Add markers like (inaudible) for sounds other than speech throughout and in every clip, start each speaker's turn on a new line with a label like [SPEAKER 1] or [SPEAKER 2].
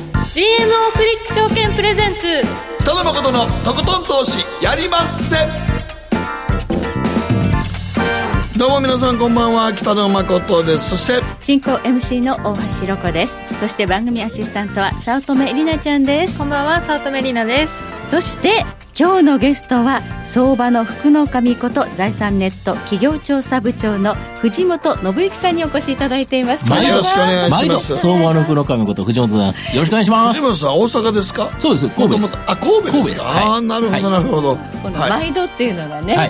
[SPEAKER 1] GMO クリック証券プレゼンツ
[SPEAKER 2] 北野誠のとことん投資やりまっせどうも皆さんこんばんは北野誠ですそして
[SPEAKER 3] 進行 MC の大橋ロコですそして番組アシスタントは早乙女里奈ちゃんです
[SPEAKER 1] こんばんは早乙女里奈です
[SPEAKER 3] そして今日のゲストは相場の福の神こと財産ネット企業調査部長の藤本信之さんにお越しいただいています
[SPEAKER 4] 毎度
[SPEAKER 2] よろしくお願いし
[SPEAKER 4] 毎
[SPEAKER 2] ま
[SPEAKER 4] 度
[SPEAKER 2] す
[SPEAKER 4] 相場の黒髪こと藤本でございますよろしくお願いします
[SPEAKER 2] 藤本さん大阪ですか
[SPEAKER 4] そうです神戸です
[SPEAKER 2] 元々あ神戸です
[SPEAKER 4] 神戸ですはい
[SPEAKER 2] ああなるほどなるほど、
[SPEAKER 3] この
[SPEAKER 2] はい
[SPEAKER 3] 毎度っていうのがね、は
[SPEAKER 4] は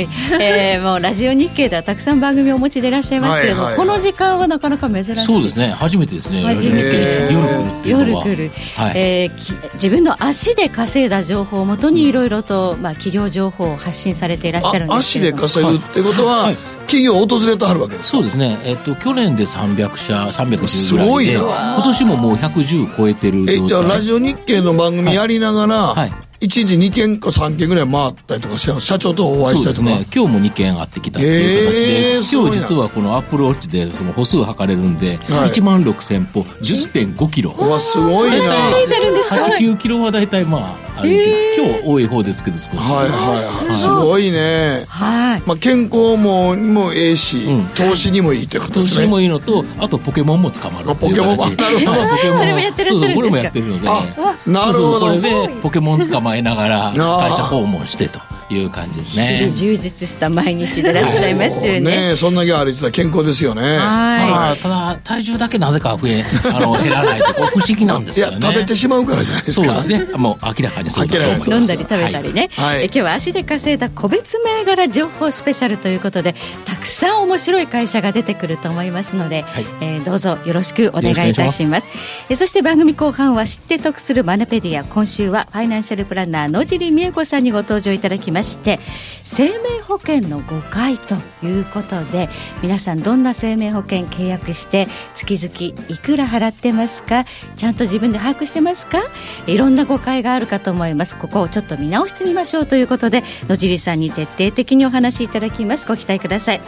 [SPEAKER 4] いい
[SPEAKER 3] えーもうラジオ日経ではたくさん番組をお持ちでいらっしゃいますけれども、
[SPEAKER 2] はいはいはい
[SPEAKER 3] この時間はなかなか珍しい
[SPEAKER 4] そうですね初めてですね
[SPEAKER 3] 初めて
[SPEAKER 4] ラジオ日経で夜来るっていう
[SPEAKER 3] 夜
[SPEAKER 4] のは
[SPEAKER 3] 来る、
[SPEAKER 4] はい
[SPEAKER 3] えーき自分の足で稼いだ情報をもとにいろいろと、まあ、企業情報を発信されていらっしゃるん
[SPEAKER 2] あ
[SPEAKER 3] です
[SPEAKER 2] 足
[SPEAKER 3] けれ
[SPEAKER 2] で
[SPEAKER 3] ども
[SPEAKER 2] 稼ぐってことは、
[SPEAKER 4] はい
[SPEAKER 2] 企業を訪れてはるわけです
[SPEAKER 4] そうですね、えっと、去年で300社、310ぐ
[SPEAKER 2] す
[SPEAKER 4] ら
[SPEAKER 2] ご
[SPEAKER 4] い
[SPEAKER 2] い
[SPEAKER 4] で、
[SPEAKER 2] な
[SPEAKER 4] 今年ももう110超えてる
[SPEAKER 2] えじゃ
[SPEAKER 4] 状
[SPEAKER 2] あ
[SPEAKER 4] 態
[SPEAKER 2] ラジオ日経の番組やりながら、
[SPEAKER 4] はい
[SPEAKER 2] 一時2件か3件ぐらい回ったりとかして社長とお会いし
[SPEAKER 4] そ
[SPEAKER 2] た
[SPEAKER 4] う
[SPEAKER 2] り
[SPEAKER 4] で
[SPEAKER 2] と
[SPEAKER 4] す
[SPEAKER 2] か、
[SPEAKER 4] ね、今日も2件あってきたっていう形で、
[SPEAKER 2] えーすごい
[SPEAKER 4] 今
[SPEAKER 2] な
[SPEAKER 4] 日実はこのアップルウォッチでその歩数測れるんで、
[SPEAKER 2] はい
[SPEAKER 4] 1万6000歩、10.5キロ。
[SPEAKER 2] うわすごいなはい
[SPEAKER 4] 8、9キロは大体まあ歩いて、今日多い方ですけど少し。
[SPEAKER 2] はいはいすごいね、
[SPEAKER 3] はい
[SPEAKER 2] まあ、健康ももええし、
[SPEAKER 4] うん
[SPEAKER 2] 投資にもいいってことで
[SPEAKER 4] 投
[SPEAKER 2] す
[SPEAKER 4] 資
[SPEAKER 2] ね
[SPEAKER 4] にもいいのと、あとポケモンも捕まるっていう
[SPEAKER 2] あポケモン
[SPEAKER 4] 形。
[SPEAKER 2] もなるほど
[SPEAKER 4] ポケモン
[SPEAKER 3] それもやってらっしゃるんですか
[SPEAKER 4] そうそうこれもやってるので。
[SPEAKER 2] あなるほど
[SPEAKER 4] そうそうこれでポケモン捕まえながら会社訪問してという感じです
[SPEAKER 3] 日々
[SPEAKER 4] ね。
[SPEAKER 3] 充実した毎日でいらっしゃいますよね
[SPEAKER 2] ねえそんだけ歩いてたら健康ですよね
[SPEAKER 3] はい
[SPEAKER 4] まあただ体重だけなぜか増えあの減らないとこう不思議なんです
[SPEAKER 2] い
[SPEAKER 4] よ
[SPEAKER 2] や
[SPEAKER 4] ね。
[SPEAKER 2] 食べてしまうからじゃないです
[SPEAKER 4] そ
[SPEAKER 2] か
[SPEAKER 4] うですね。もう明らかにそうだと思います。
[SPEAKER 2] 明ら
[SPEAKER 3] 飲
[SPEAKER 2] かに
[SPEAKER 3] んだ
[SPEAKER 2] そ
[SPEAKER 3] り食べたりね、
[SPEAKER 2] はいはい
[SPEAKER 3] え今日は足で稼いだ個別銘柄情報スペシャルということでたくさん面白い会社が出てくると思いますので、
[SPEAKER 4] はい
[SPEAKER 3] えーどうぞよろしくお願いいたしますえそして番組後半は知って得するマネペディア今週はファイナンシャルプランナー野尻美恵子さんにご登場いただきまして生命保険の誤解ということで皆さんどんな生命保険契約して月々いくら払ってますかちゃんと自分で把握してますかいろんな誤解があるかと思いますここをちょっと見直してみましょうということで野尻さんに徹底的にお話しいただきますご期待ください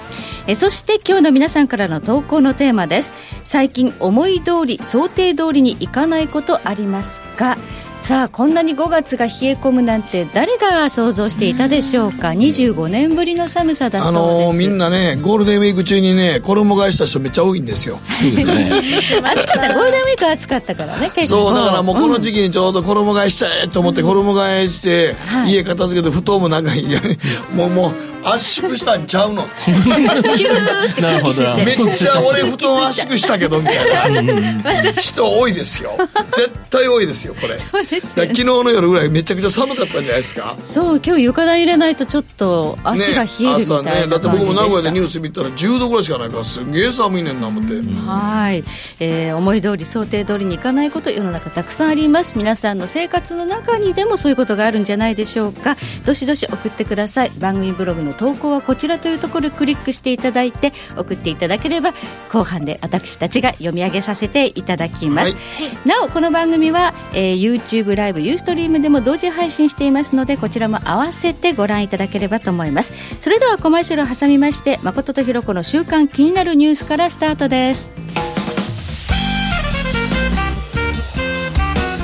[SPEAKER 3] えそして今日の皆さんからの投稿のテーマです最近思い通り想定通りにいかないことありますかさあこんなに5月が冷え込むなんて誰が想像していたでしょうか25年ぶりの寒さだ
[SPEAKER 2] あ
[SPEAKER 3] そうで
[SPEAKER 2] の
[SPEAKER 3] す、
[SPEAKER 2] ーみんなねゴールデンウィーク中にね衣替えした人めっちゃ多いんですよ
[SPEAKER 4] そうですね。
[SPEAKER 3] 暑かったゴールデンウィーク暑かったからね結構
[SPEAKER 2] そうだからもうこの時期にちょうど衣替えしちゃえと思って衣替えして
[SPEAKER 3] はい
[SPEAKER 2] 家片付けて布団もなんかいいや (laughs) もうもう圧縮したんちゃう
[SPEAKER 4] (laughs)
[SPEAKER 2] の
[SPEAKER 3] ヒューって空気
[SPEAKER 4] なるほど
[SPEAKER 3] 吸
[SPEAKER 4] な
[SPEAKER 3] って
[SPEAKER 2] めっちゃ俺布団圧縮したけどみたいな人多いですよ絶対多いですよこれ
[SPEAKER 3] (laughs) そうですよね
[SPEAKER 2] だから昨日の夜ぐらいめちゃくちゃ寒かったんじゃないですか
[SPEAKER 3] そう今日浴衣入れないとちょっと足が冷えるみ
[SPEAKER 2] 朝
[SPEAKER 3] た
[SPEAKER 2] ね
[SPEAKER 3] い
[SPEAKER 2] だ
[SPEAKER 3] な
[SPEAKER 2] って
[SPEAKER 3] 感じ
[SPEAKER 2] 僕も
[SPEAKER 3] でし
[SPEAKER 2] 名
[SPEAKER 3] た、
[SPEAKER 2] 古屋でニュース見たら10度ぐらいしかないからすんげえ寒いねんな思って、
[SPEAKER 3] はい、えー思い通り想定通りにいかないこと世の中たくさんあります皆さんの生活の中にでもそういうことがあるんじゃないでしょうかどしどし送ってください番組ブログの投稿はこちらというところをクリックしていただいて送っていただければ後半で私たちが読み上げさせていただきます、なおこの番組は、えー YouTube ライブユーストリームでも同時配信していますのでこちらも合わせてご覧いただければと思いますそれではコマーシャルを挟みまして誠とひろ子の週刊気になるニュースからスタートです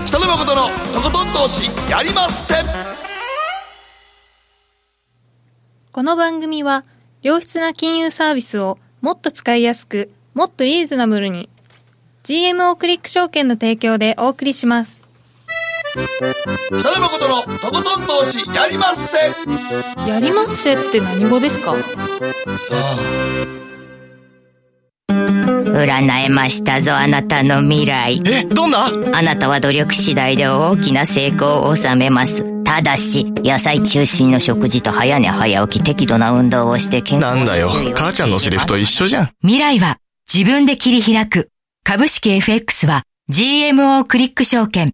[SPEAKER 2] 北野誠のとことん投資やりまっせ
[SPEAKER 1] この番組は良質な金融サービスをもっと使いやすくもっとリーズナブルに GMO クリック証券の提供でお送りします
[SPEAKER 2] 北野誠のとことん投資やりまっせ
[SPEAKER 1] やりますせって何語ですか
[SPEAKER 2] さあ
[SPEAKER 5] 占えましたぞあなたの未来
[SPEAKER 6] えどんな
[SPEAKER 5] あなたは努力次第で大きな成功を収めますただし野菜中心の食事と早寝早起き適度な運動をして健康
[SPEAKER 6] なんだよ
[SPEAKER 5] に注意をしていけば
[SPEAKER 6] 母ちゃんのセリフと一緒じゃん
[SPEAKER 7] 未来は自分で切り開く。株式 FX は GMO クリック証券。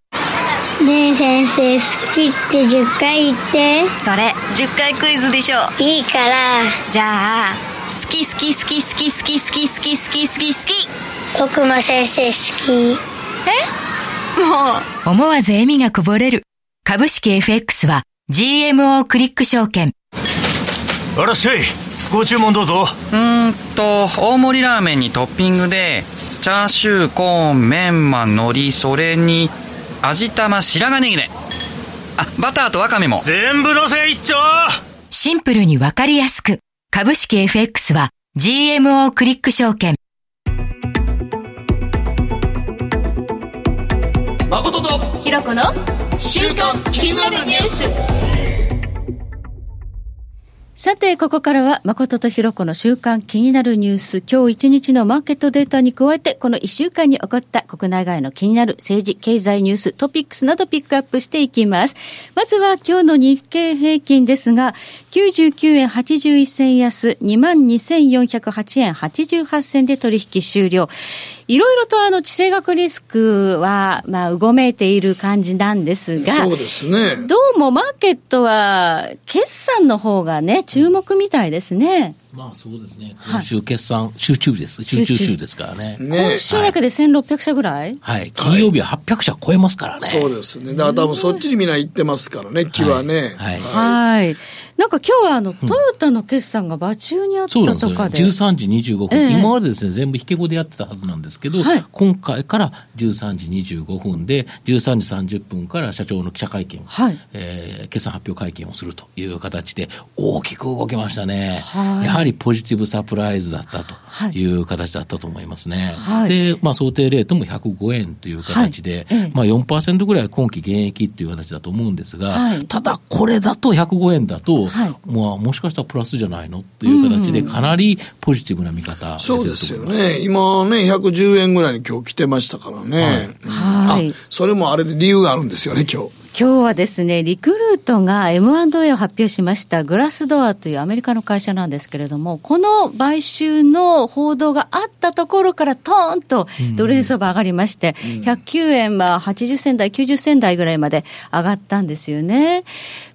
[SPEAKER 8] ねえ先生好きって10回言って
[SPEAKER 7] それ、10回クイズでしょう。
[SPEAKER 8] いいから
[SPEAKER 7] じゃあ、好き好き好き好き好き好き好き好き好き好き。
[SPEAKER 8] 僕も先生好き
[SPEAKER 7] 思わず笑みがこぼれる。株式 FX は GMO クリック証券。
[SPEAKER 9] あらっしゃいご注文どうぞ
[SPEAKER 10] うーんと大盛りラーメンにトッピングでチャーシューコーンメンマ海苔それに味玉白髪ネギねあバターとわかめも
[SPEAKER 9] 全部のせ一丁
[SPEAKER 7] シンプルにわかりやすく。株式 FX は GMO クリック証券。
[SPEAKER 2] 誠と
[SPEAKER 3] ひろこの
[SPEAKER 2] 週刊気になるニュース
[SPEAKER 3] さて、ここからは、誠とひろこの週間気になるニュース、今日一日のマーケットデータに加えて、この一週間に起こった国内外の気になる政治、経済ニュース、トピックスなどピックアップしていきます。まずは、今日の日経平均ですが、99円81銭安、22,408円88銭で取引終了。いろいろとあの、地政学リスクは、まあ、うごめいている感じなんですが、
[SPEAKER 2] そうですね
[SPEAKER 3] どうもマーケットは、決算の方がね、注目みたいですね。
[SPEAKER 4] まあそうですね。今週決算、集中日です。集中週ですからね。
[SPEAKER 2] ね
[SPEAKER 3] 今週だけで1600社ぐらい、
[SPEAKER 4] はい。金曜日は800社超えますからね。
[SPEAKER 2] そうですねだから多分そっちにみんな行ってますからね気はね、
[SPEAKER 4] はいは
[SPEAKER 3] はい。なんか今日はあの、トヨタの決算が場中にあっ
[SPEAKER 4] そう
[SPEAKER 3] た
[SPEAKER 4] なんです
[SPEAKER 3] とか
[SPEAKER 4] よね。
[SPEAKER 3] で。
[SPEAKER 4] 13時25分、
[SPEAKER 3] ええ
[SPEAKER 4] 今までですね、全部引け語でやってたはずなんですけど、
[SPEAKER 3] はい
[SPEAKER 4] 今回から13時25分で、13時30分から社長の記者会見、
[SPEAKER 3] はい
[SPEAKER 4] えー決算発表会見をするという形で、大きく動きましたね、
[SPEAKER 3] はい
[SPEAKER 4] やはりポジティブサプライズだったと
[SPEAKER 3] はい
[SPEAKER 4] いう形だったと思いますね。
[SPEAKER 3] はい
[SPEAKER 4] で、まあ、想定レートも105円という形
[SPEAKER 3] は
[SPEAKER 4] で、
[SPEAKER 3] いええ
[SPEAKER 4] まあ4%ぐらい今期現役っていう形だと思うんですが、
[SPEAKER 3] はい
[SPEAKER 4] ただこれだと105円だと、
[SPEAKER 3] はい
[SPEAKER 4] まあ、もしかしたらプラスじゃないのっていう形で、かなりポジティブな見方
[SPEAKER 2] そうですよ
[SPEAKER 4] 出てると思います。
[SPEAKER 2] ね。今ね、110円ぐらいに今日来てましたからね。
[SPEAKER 3] は
[SPEAKER 2] うん
[SPEAKER 3] い
[SPEAKER 2] あ、それもあれで理由があるんですよね、今日。
[SPEAKER 3] 今日はですね、リクルートが M&A を発表しましたグラスドアというアメリカの会社なんですけれども、この買収の報道があったところからトーンとドル円相場上がりまして、109円は80銭台、90銭台ぐらいまで上がったんですよね。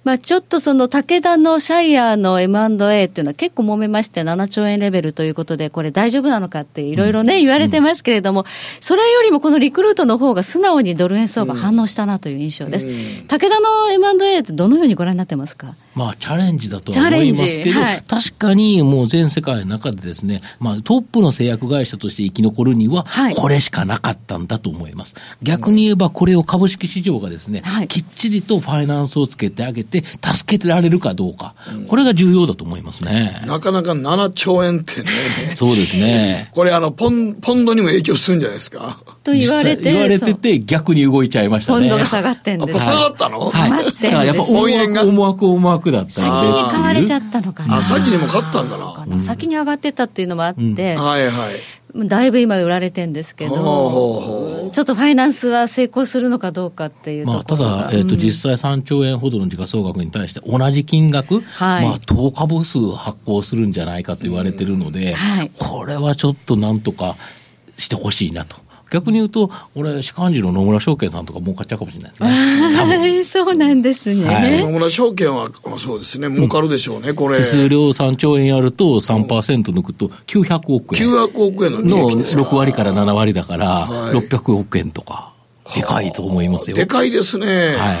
[SPEAKER 3] まあちょっとその武田のシャイヤーの M&A っていうのは結構揉めまして7兆円レベルということで、これ大丈夫なのかっていろいろね、言われてますけれども、それよりもこのリクルートの方が素直にドル円相場反応したなという印象です。武田の M&A ってどのようにご覧になってますか
[SPEAKER 4] まあ、チャレンジだと
[SPEAKER 3] チャ
[SPEAKER 4] は思
[SPEAKER 3] レン
[SPEAKER 4] い
[SPEAKER 3] ジ
[SPEAKER 4] ますけど、
[SPEAKER 3] はい
[SPEAKER 4] 確かにもう全世界の中でですね、まあ、トップの製薬会社として生き残るには
[SPEAKER 3] はい、
[SPEAKER 4] これしかなかったんだと思います。逆に言えば、これを株式市場がですね、
[SPEAKER 3] はい
[SPEAKER 4] きっちりとファイナンスをつけてあげて、助けてられるかどうか、これが重要だと思いますね。
[SPEAKER 2] なかなか7兆円ってね。
[SPEAKER 4] そうですね。
[SPEAKER 2] これあの、ポン、ポンドにも影響するんじゃないですか。
[SPEAKER 3] と言われ
[SPEAKER 4] 実
[SPEAKER 3] て、
[SPEAKER 4] 際言われて
[SPEAKER 3] そう
[SPEAKER 4] て、逆に動いちゃいました
[SPEAKER 3] ポ
[SPEAKER 4] ね。
[SPEAKER 3] ンドが下がってん
[SPEAKER 2] やっ
[SPEAKER 3] で
[SPEAKER 2] ぱ
[SPEAKER 3] す。
[SPEAKER 2] 下がったの、
[SPEAKER 4] はい。
[SPEAKER 3] 待って
[SPEAKER 4] だからやっぱ思
[SPEAKER 2] 応援が
[SPEAKER 4] 惑、思惑、思惑だった
[SPEAKER 3] 先
[SPEAKER 4] んでっていう。
[SPEAKER 3] に買われちゃったのかな
[SPEAKER 2] あ、。先にも勝ったんだな。は
[SPEAKER 3] 先に上がってたっていうのもあって、
[SPEAKER 2] いはい。
[SPEAKER 3] だいぶ今売られてんですけど、
[SPEAKER 2] ほうほうほう
[SPEAKER 3] うんちょっとファイナンスは成功するのかどうかっていうとこ
[SPEAKER 4] ま
[SPEAKER 3] ろ
[SPEAKER 4] あ、ただ、えっ、と、実際3兆円ほどの時価総額に対して同じ金額、
[SPEAKER 3] はい
[SPEAKER 4] まあ、投下母数発行するんじゃないかと言われてるので、
[SPEAKER 3] はい
[SPEAKER 4] これはちょっとなんとかしてほしいなと。逆に言うと、俺、士官次の野村証券さんとかもう買っちゃうかもしれないですね。多分。
[SPEAKER 3] はい、そうなんですね。
[SPEAKER 4] はい
[SPEAKER 2] 野村証券は、まあそうですね、儲かるでしょうね、これ。
[SPEAKER 4] 手数
[SPEAKER 2] 900
[SPEAKER 4] 料3兆円やると3%抜くと900億円。
[SPEAKER 2] 億円の利
[SPEAKER 4] の
[SPEAKER 2] 益ですから
[SPEAKER 4] 6割から7割だから、
[SPEAKER 2] はい
[SPEAKER 4] 600億円とか、でかいと思いますよ。
[SPEAKER 2] でかいですね。
[SPEAKER 4] はい。
[SPEAKER 3] はい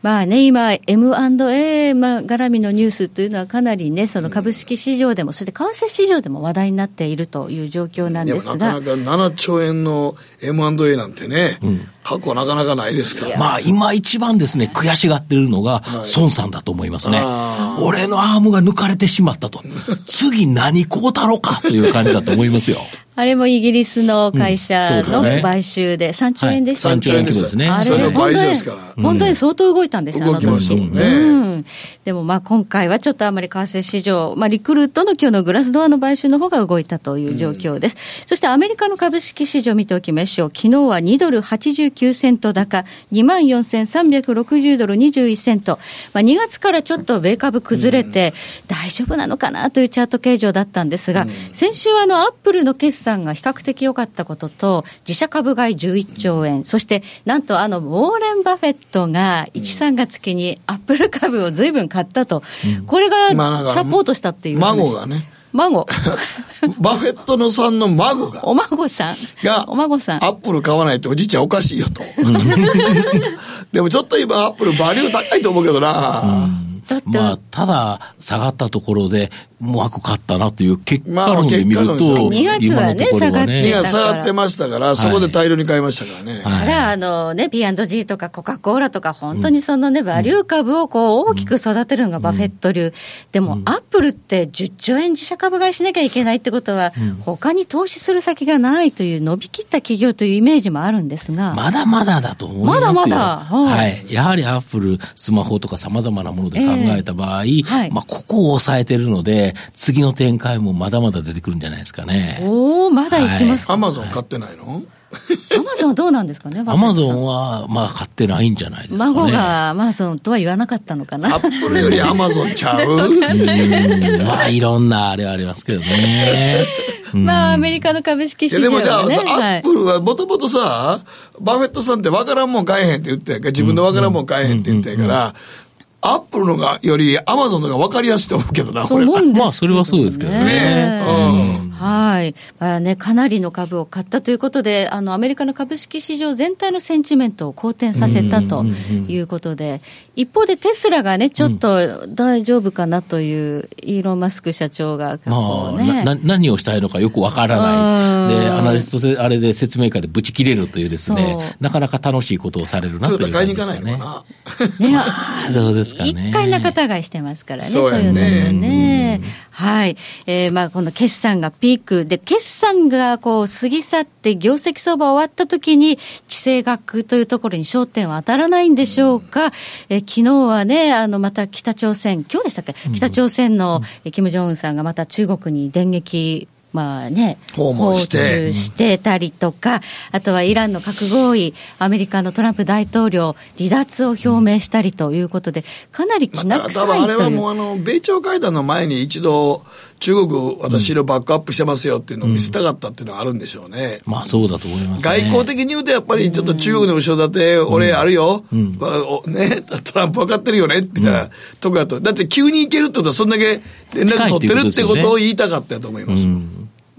[SPEAKER 3] まあね、今、M&A まあ絡みのニュースというのは、かなりね、その株式市場でも、そして為替市場でも話題になっているという状況なん
[SPEAKER 2] で
[SPEAKER 3] で
[SPEAKER 2] も
[SPEAKER 3] す
[SPEAKER 2] なかな
[SPEAKER 3] が、
[SPEAKER 2] か7兆円の M&A なんてね、過去なかなかないですから。
[SPEAKER 4] まあ今一番ですね、悔しがってるのが、孫さんだと思いますね
[SPEAKER 2] あ。
[SPEAKER 4] 俺のアームが抜かれてしまったと。次何こうたろうかという感じだと思いますよ。
[SPEAKER 3] あれもイギリスの会社
[SPEAKER 4] うんそ
[SPEAKER 3] の
[SPEAKER 4] うですね
[SPEAKER 3] 買収で、3兆円でしたっ
[SPEAKER 4] 3
[SPEAKER 3] け
[SPEAKER 4] 兆円規模ですね。
[SPEAKER 3] あ
[SPEAKER 2] そ
[SPEAKER 3] れ
[SPEAKER 2] れ
[SPEAKER 3] ね
[SPEAKER 2] の
[SPEAKER 3] 本
[SPEAKER 2] 倍以上
[SPEAKER 3] 当
[SPEAKER 2] で
[SPEAKER 3] に
[SPEAKER 2] すから、
[SPEAKER 3] 本当に相当動いたんですよ、あの
[SPEAKER 2] 動きました
[SPEAKER 3] 時。
[SPEAKER 2] もんね。
[SPEAKER 3] うん、でもまあ今回はちょっとあんまり為替市場、まあ、リクルートの今日のグラスドアの買収の方が動いたという状況です、そしてアメリカの株式市場見ておきましょう昨日は2ドル89セント高2万4360ドル21セント、まあ、2月からちょっと米株崩れて大丈夫なのかなというチャート形状だったんですが、先週あのアップルの決算が比較的良かったことと自社株買い11兆円、そしてなんとあのウォーレン・バフェットが1、3月期にアップル株をずいぶん買ったと、これが
[SPEAKER 2] まあだから
[SPEAKER 3] サポートしたっていう話
[SPEAKER 2] 孫がね。
[SPEAKER 3] 孫 (laughs)
[SPEAKER 2] バフェットのさんの孫が、
[SPEAKER 3] お孫さん
[SPEAKER 2] が、
[SPEAKER 3] お孫さん
[SPEAKER 2] アップル買わないとおじいちゃんおかしいよと。でもちょっと今アップルバリュー高いと思うけどな。
[SPEAKER 3] だって、
[SPEAKER 4] まあ、ただ、下がったところで、うまく勝ったなという結
[SPEAKER 2] まあ
[SPEAKER 4] 果論で見る
[SPEAKER 2] 結果論
[SPEAKER 4] と、
[SPEAKER 3] ですよね
[SPEAKER 4] 今のところは
[SPEAKER 2] 2
[SPEAKER 3] 二月はね
[SPEAKER 4] ね。
[SPEAKER 2] 月下がってましたから、そこで大量に買いましたからね。
[SPEAKER 3] た
[SPEAKER 4] は
[SPEAKER 3] だ、あのね、P&G とかコカ・コーラとか、本当にそのね、バリュー株をこう大きく育てるのがバフェット流。でも、アップルって10兆円自社株買いしなきゃいけないってことは、他に投資する先がないという伸びきった企業というイメージもあるんですが。
[SPEAKER 4] い。まだまだだと思いますよ。
[SPEAKER 3] まだまだは
[SPEAKER 4] はいい。やはりアップル、スマホとか様々なもので考えた場合、
[SPEAKER 3] はい
[SPEAKER 4] まあ、ここを抑えてるので、次の展開もまだまだ出てくるんじゃないですかね。
[SPEAKER 3] おおまだいきますか。
[SPEAKER 2] アマゾン買ってないの
[SPEAKER 3] アマゾンどうなんですかね、
[SPEAKER 4] アマゾ
[SPEAKER 3] ン
[SPEAKER 4] ンは、まあ、買ってないんじゃないですかね。
[SPEAKER 3] 孫がアマゾンとは言わなかったのか
[SPEAKER 2] ア
[SPEAKER 3] な。
[SPEAKER 2] ップルよりアマゾンちゃう
[SPEAKER 4] うんまあ、いろんなあれはありますけどね。
[SPEAKER 3] (laughs) まあ、アメリカの株式
[SPEAKER 2] い
[SPEAKER 3] 市
[SPEAKER 2] や
[SPEAKER 3] 場
[SPEAKER 2] でもじゃあ、
[SPEAKER 3] はね。
[SPEAKER 2] さア
[SPEAKER 3] は
[SPEAKER 2] ップルはもともとさ、バフェットさんってわからんもん買えへんって言ってんやんか、自分のわからんもん買えへんって言ってんやから、アップルのがよりアマゾンのがわかりやすいと思うけどな、
[SPEAKER 3] と
[SPEAKER 2] これ
[SPEAKER 3] 思
[SPEAKER 2] は。
[SPEAKER 3] う
[SPEAKER 2] ね
[SPEAKER 3] んですけどね
[SPEAKER 4] まあそれはそうですけどね
[SPEAKER 2] えうん。
[SPEAKER 3] はい。まあね、かなりの株を買ったということで、あの、アメリカの株式市場全体のセンチメントを好転させたということで、一方でテスラがね、ちょっと大丈夫かなという、イーロン・マスク社長が、
[SPEAKER 4] ま
[SPEAKER 3] こう
[SPEAKER 4] あ、
[SPEAKER 3] ね。
[SPEAKER 4] なな何をしたいのかよくわからな
[SPEAKER 3] うん
[SPEAKER 4] い。で、アナリストせ、あれで説明会でブチ切れるというです
[SPEAKER 3] そう
[SPEAKER 4] ね、なかなか楽しいことをされるな
[SPEAKER 2] ト
[SPEAKER 4] と
[SPEAKER 2] ヨ
[SPEAKER 4] いう
[SPEAKER 2] タ
[SPEAKER 4] 感
[SPEAKER 2] 買い
[SPEAKER 4] じ
[SPEAKER 2] に
[SPEAKER 4] で
[SPEAKER 2] 行
[SPEAKER 4] す
[SPEAKER 2] かない
[SPEAKER 4] か
[SPEAKER 2] の
[SPEAKER 4] ね
[SPEAKER 2] か。な。
[SPEAKER 3] ね、
[SPEAKER 4] そうですかね。
[SPEAKER 3] 一回仲違いしてますからね、
[SPEAKER 2] そうや
[SPEAKER 3] トヨ
[SPEAKER 2] ね
[SPEAKER 3] タさんね。はい。えーまあ、この決算がピークで、決算がこう、過ぎ去って、業績相場終わった時に、地政学というところに焦点は当たらないんでしょうか。えー昨日はね、あの、また北朝鮮、今日でしたっけ北朝鮮の、えー金正恩さんがまた中国に電撃、まあね、
[SPEAKER 2] 訪問して
[SPEAKER 3] 訪中してたりとか、あとはイランの核合意、アメリカのトランプ大統領、離脱を表明したりということで、かなりき
[SPEAKER 2] ま
[SPEAKER 3] な
[SPEAKER 2] あ、
[SPEAKER 3] 臭
[SPEAKER 2] 多分
[SPEAKER 3] い
[SPEAKER 2] あれ
[SPEAKER 3] と
[SPEAKER 2] は
[SPEAKER 3] いう。
[SPEAKER 2] もうあの、米朝会談の前に一度、中国私のバックアップしてますよっていうのを見せたかったっていうのはあるんでしょうね。
[SPEAKER 4] まあそうだと思いますね。
[SPEAKER 2] 外交的に言うとやっぱりちょっと中国の後ろ盾、俺あるよ、わおね、トランプ分かってるよね、みたいなとこだと。だって急に行けるってことはそんだけ連絡取ってるってことを言いたかったと思います。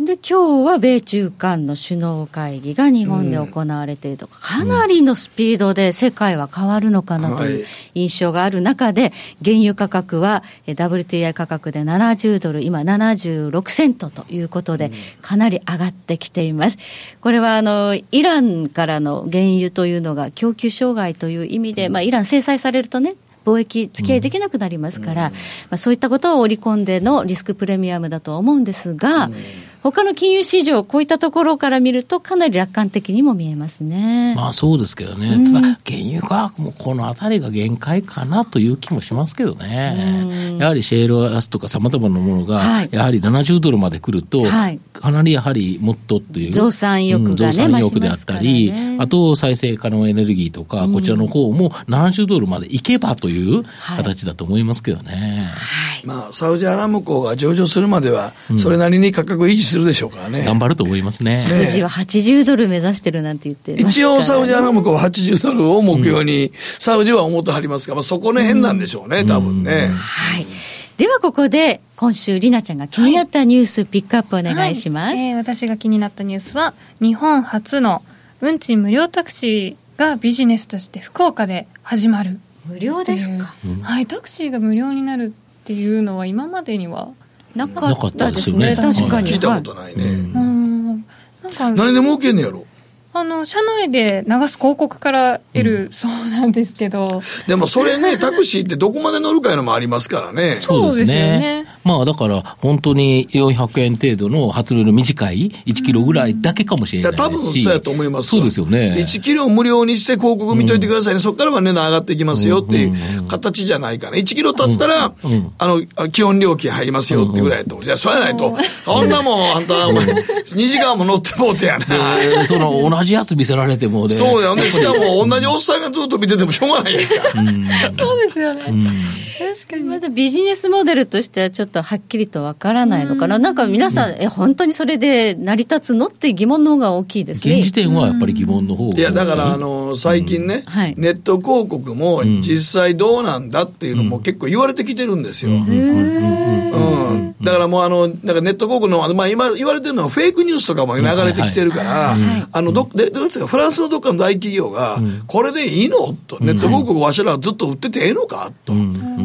[SPEAKER 3] で、今日は米中間の首脳会議が日本で行われているとか、かなりのスピードで世界は変わるのかなという
[SPEAKER 2] はい
[SPEAKER 3] 印象がある中で、原油価格はえ WTI 価格で70ドル、今76セントということで、かなり上がってきています。これはあの、イランからの原油というのが供給障害という意味で、まあイラン制裁されるとね、貿易付き合いできなくなりますから、まあ、そういったことを織り込んでのリスクプレミアムだとは思うんですが、他の金融市場、こういったところから見ると、かなり楽観的にも見えますね。
[SPEAKER 4] まあそうですけどね、ただ、原油価格もこの辺りが限界かなという気もしますけどね、やはりシェールアスとかさまざまなもの
[SPEAKER 3] は
[SPEAKER 4] が
[SPEAKER 3] い、
[SPEAKER 4] やはり70ドルまで来ると、
[SPEAKER 3] はい
[SPEAKER 4] かなりやはりもっとという、
[SPEAKER 3] 増産意欲がね
[SPEAKER 4] うん増産意欲であったり、
[SPEAKER 3] 増しますからね
[SPEAKER 4] あと再生可能エネルギーとか、こちらの方も70ドルまでいけばという形だと思いますけどね、
[SPEAKER 2] まあ、サウジアラムコが上場するまでは、それなりに価格維持するでしょうからね。
[SPEAKER 4] 頑張ると思いますね。
[SPEAKER 3] 富士は80ドル目指してるなんて言ってます
[SPEAKER 2] 一
[SPEAKER 3] からね
[SPEAKER 2] 応、サウジアラムコは80ドルを目標に、サウジは思ってはりますが、まあ、そこの辺なんでしょうね、多分ね。
[SPEAKER 3] はい。ではここで、今週、りなちゃんが気になったニュース、ピックアップお願いします。
[SPEAKER 1] はいえー私が気になったニュースは日本初の運賃無料タクシーがビジネスとして福岡で始まる
[SPEAKER 3] 無料
[SPEAKER 1] って
[SPEAKER 3] で
[SPEAKER 1] い
[SPEAKER 3] す
[SPEAKER 1] う
[SPEAKER 3] か。
[SPEAKER 1] はい、タクシーが無料になるっていうのは今までには
[SPEAKER 3] なか
[SPEAKER 4] なか
[SPEAKER 3] っ
[SPEAKER 4] ったた
[SPEAKER 3] で
[SPEAKER 4] ですす
[SPEAKER 3] ね、
[SPEAKER 4] ね
[SPEAKER 3] 確かに。
[SPEAKER 2] 聞いたこ
[SPEAKER 3] は
[SPEAKER 2] とない
[SPEAKER 4] うん
[SPEAKER 2] ね。
[SPEAKER 1] うんなんか
[SPEAKER 2] 何で儲けんのやろ
[SPEAKER 1] あの社内で流す広告から得るそうなんですけど、 (laughs)
[SPEAKER 2] でもそれね、タクシーってどこまで乗るかいうのもありますからね。
[SPEAKER 1] そうですよね
[SPEAKER 4] まあだから本当に400円程度の発売の短い1キロぐらいだけかもしれ
[SPEAKER 2] い
[SPEAKER 4] な
[SPEAKER 2] や
[SPEAKER 4] いし。
[SPEAKER 2] 多分そうやと思います
[SPEAKER 4] そう
[SPEAKER 2] わ
[SPEAKER 4] ですよね。
[SPEAKER 2] 1キロ無料にして広告見といてくださいね。そこからは値段上がっていきますよっていう形じゃないかな。1キロ経ったら、あの、あ基本料金入りますよってぐらいと。じゃあ、そうやないと。あんなもん、あんた、お前、2時間も乗ってもうてやな。
[SPEAKER 4] でその同じやつ見せられてもね。
[SPEAKER 2] そうだよね。しかも、同じおっさんがずっと見ててもしょうがないやんか。
[SPEAKER 1] そうですよね、確か
[SPEAKER 3] いまだビジネスモデルとしてはちょっとはっきりとわからないのかな。なんか皆さん、え、本当にそれで成り立つのっていう疑問の方が大きいですね。
[SPEAKER 4] 現時点はやっぱり疑問の方が。
[SPEAKER 2] いや、だから、あの、最近ね
[SPEAKER 3] うんはい、
[SPEAKER 2] ネット広告も実際どうなんだっていうのも結構言われてきてるんですよ。うん、だからもうあの、なんかネット広告の、あのまあ、今言われてるのはフェイクニュースとかも流れてきてるから、あの、ど、で、どうですか、フランスのどっかの大企業が、これでいいのと、ネット広告わしらはずっと売っててええのかと。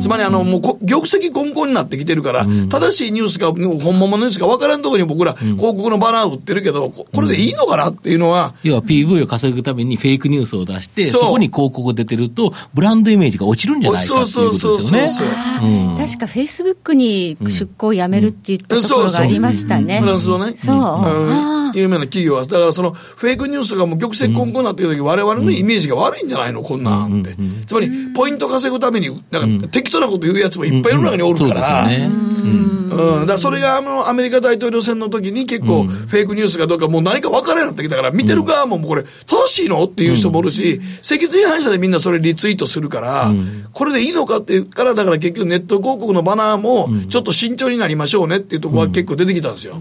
[SPEAKER 2] つまりあの、もうこ、玉石混交になってきてるから、正しいニュースか、本物のニュースか分からんところに僕ら、広告のバナー売ってるけど、ここれでいいのかなっていうのは、
[SPEAKER 4] 要は PV を稼ぐためにフェイクニュースを出して、
[SPEAKER 2] そ
[SPEAKER 4] そうこに広告出てると、ブランドイメージが落ちるんじゃないかっていうことですよね。
[SPEAKER 2] そう
[SPEAKER 3] あー確かフェイスブックに出向をやめるって言ったところがありましたね。
[SPEAKER 2] フランスのね。
[SPEAKER 3] そう。
[SPEAKER 2] うん
[SPEAKER 3] あー
[SPEAKER 2] 有名な企業は、だからそのフェイクニュースがもう玉石混交になっている時、我々のイメージが悪いんじゃないの、こんなんって。つまり、ポイント稼ぐために、なんか適当なこと言うやつもいっぱい世の中におる
[SPEAKER 4] そう
[SPEAKER 2] か
[SPEAKER 4] ですよ
[SPEAKER 2] ら。
[SPEAKER 4] ね。
[SPEAKER 2] うん、だからそれがあのアメリカ大統領選の時に結構フェイクニュースかどうかもう何か分からなくなってきたから見てる側ももうこれ正しいのっていう人もおるし、脊髄反射でみんなそれリツイートするから、これでいいのかっていうから、だから結局ネット広告のバナーもちょっと慎重になりましょうねっていうところは結構出てきたんですよ。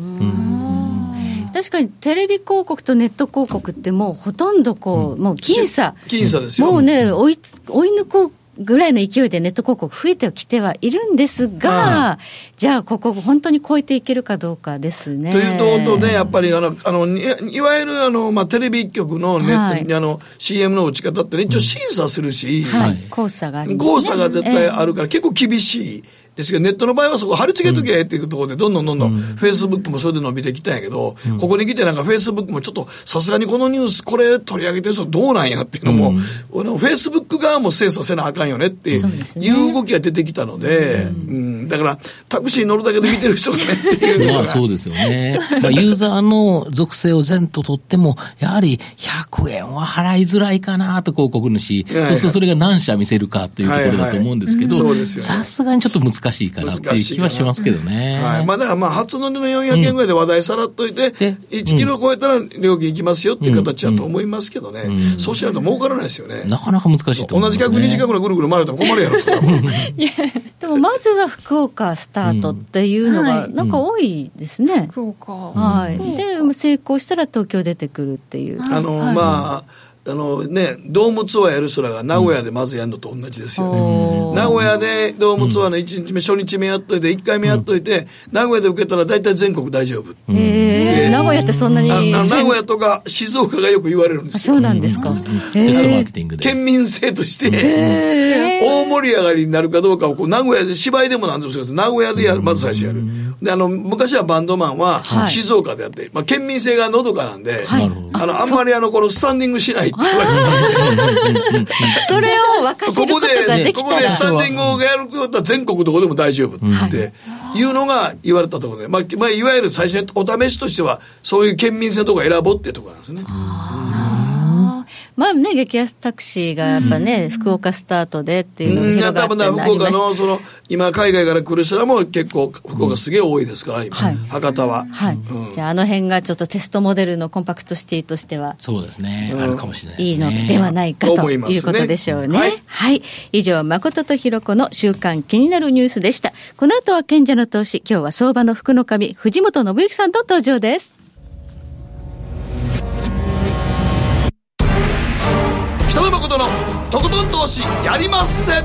[SPEAKER 3] 確かにテレビ広告とネット広告ってもうほとんどこう、もう僅差。
[SPEAKER 2] 僅差ですよ。
[SPEAKER 3] もうね、追いつ、追い抜こうぐらいの勢いでネット広告増えてきてはいるんですが、じゃあここを本当に超えていけるかどうかですね。
[SPEAKER 2] ということで、やっぱりあの、あの、にいわゆるあの、まあ、テレビ局のネット、
[SPEAKER 3] はい
[SPEAKER 2] あの、CM の打ち方ってね、一応審査するし、
[SPEAKER 3] はい。交差があります、ね。
[SPEAKER 2] 誤差が絶対あるから、結構厳しいですけど、ネットの場合はそこ貼り付けとけっていうところで、どんどんどんどん、フェイスブックもそれで伸びてきたんやけど、ここに来てなんかフェイスブックもちょっと、さすがにこのニュース、これ取り上げてる人どうなんやっていうのも、フェイスブック側も精査せなあかんよねっていう
[SPEAKER 3] そうですね
[SPEAKER 2] いう動きが出てきたので、うんだから、タクシーに乗るだけで見てる人がねっていうの
[SPEAKER 4] ま
[SPEAKER 2] が
[SPEAKER 4] あそうですよね。まあユーザーの属性を全と取っても、やはり100円は払いづらいかなと広告主、
[SPEAKER 2] いはい
[SPEAKER 4] そうそうそれが何社見せるかというところだと思うんですけ
[SPEAKER 2] はいは
[SPEAKER 4] ど
[SPEAKER 2] いうんそう、ですよね
[SPEAKER 4] さすがにちょっと難しいかなっていう気はしますけどね。
[SPEAKER 2] はい。まあだからまあ初乗りの400円ぐらいで話題さらっといて、
[SPEAKER 4] で
[SPEAKER 2] 1キロ超えたら料金いきますよっていう形だと思いますけどね。そうしないと儲からないですよね。
[SPEAKER 4] なかなか難しいと思
[SPEAKER 2] 同
[SPEAKER 4] います
[SPEAKER 2] じ
[SPEAKER 4] ね。
[SPEAKER 2] 額2時間ぐらいぐるぐる回れても困るやろ、それは
[SPEAKER 3] でもまずは福岡スタートっていうの
[SPEAKER 1] う
[SPEAKER 3] が、
[SPEAKER 1] ん
[SPEAKER 3] なんか多いですね。
[SPEAKER 1] そうか。
[SPEAKER 3] はい。で、成功したら東京出てくるっていう。
[SPEAKER 2] あの、まあ、あのね、ドームツアーやる人らが名古屋でまずやるのと同じですよね。
[SPEAKER 3] おー
[SPEAKER 2] 名古屋でドームツアーの1日目、初日目やっといて、1回目やっといて、名古屋で受けたら大体全国大丈夫。
[SPEAKER 3] へえ、名古屋ってそんなに。
[SPEAKER 2] ああの名古屋とか静岡がよく言われるんで
[SPEAKER 3] あ
[SPEAKER 2] すよ
[SPEAKER 3] そうなんですか。へ
[SPEAKER 4] テストマー
[SPEAKER 3] え
[SPEAKER 4] ケティングで。
[SPEAKER 2] 県民性として、大盛り上がりになるかどうかをこう、名古屋で、芝居でもなんでもそうですけど、名古屋でやる、まず最初やる。で、あの、昔はバンドマンは
[SPEAKER 3] はい
[SPEAKER 2] 静岡でやって、まあ、県民性がのどかなんで、
[SPEAKER 3] はい
[SPEAKER 2] あの、あんまりあの、このスタンディングしないって言われてたんで
[SPEAKER 3] それを沸かせ
[SPEAKER 2] こ
[SPEAKER 3] るこ
[SPEAKER 2] こと
[SPEAKER 3] が
[SPEAKER 2] で、
[SPEAKER 3] で
[SPEAKER 2] こ
[SPEAKER 3] き
[SPEAKER 2] こ
[SPEAKER 3] た
[SPEAKER 2] で
[SPEAKER 3] ら。
[SPEAKER 2] スタンディングをやることは全国どこでも大丈夫っていうのが言われたところで、まあ、まあ、いわゆる最初にお試しとしては、そういう県民性のところを選ぼうっていうところなんですね。
[SPEAKER 3] まあね、激安タクシーがやっぱね、福岡スタートでっていうのが
[SPEAKER 2] うん、や
[SPEAKER 3] 広
[SPEAKER 2] っぱ
[SPEAKER 3] がった
[SPEAKER 2] まだ
[SPEAKER 3] のあ
[SPEAKER 2] 福
[SPEAKER 3] りま
[SPEAKER 2] 岡
[SPEAKER 3] した
[SPEAKER 2] の、その、今、海外から来る人らも結構、福岡すげえ多いですから、今、
[SPEAKER 3] はい
[SPEAKER 2] 博多は。
[SPEAKER 3] はい。じゃああの辺がちょっとテストモデルのコンパクトシティとしては
[SPEAKER 4] そうですね。あるかもしれない
[SPEAKER 3] い
[SPEAKER 4] で
[SPEAKER 3] い
[SPEAKER 4] すね。
[SPEAKER 3] のではないか
[SPEAKER 2] ね
[SPEAKER 3] ということでしょうね。
[SPEAKER 2] 思いますねは
[SPEAKER 3] はいい、以上、誠とひろこの週刊気になるニュースでした。この後は賢者の投資、今日は相場の福の神、藤本信之さんと登場です。
[SPEAKER 2] 北野誠の、とことん投資、やりまっせ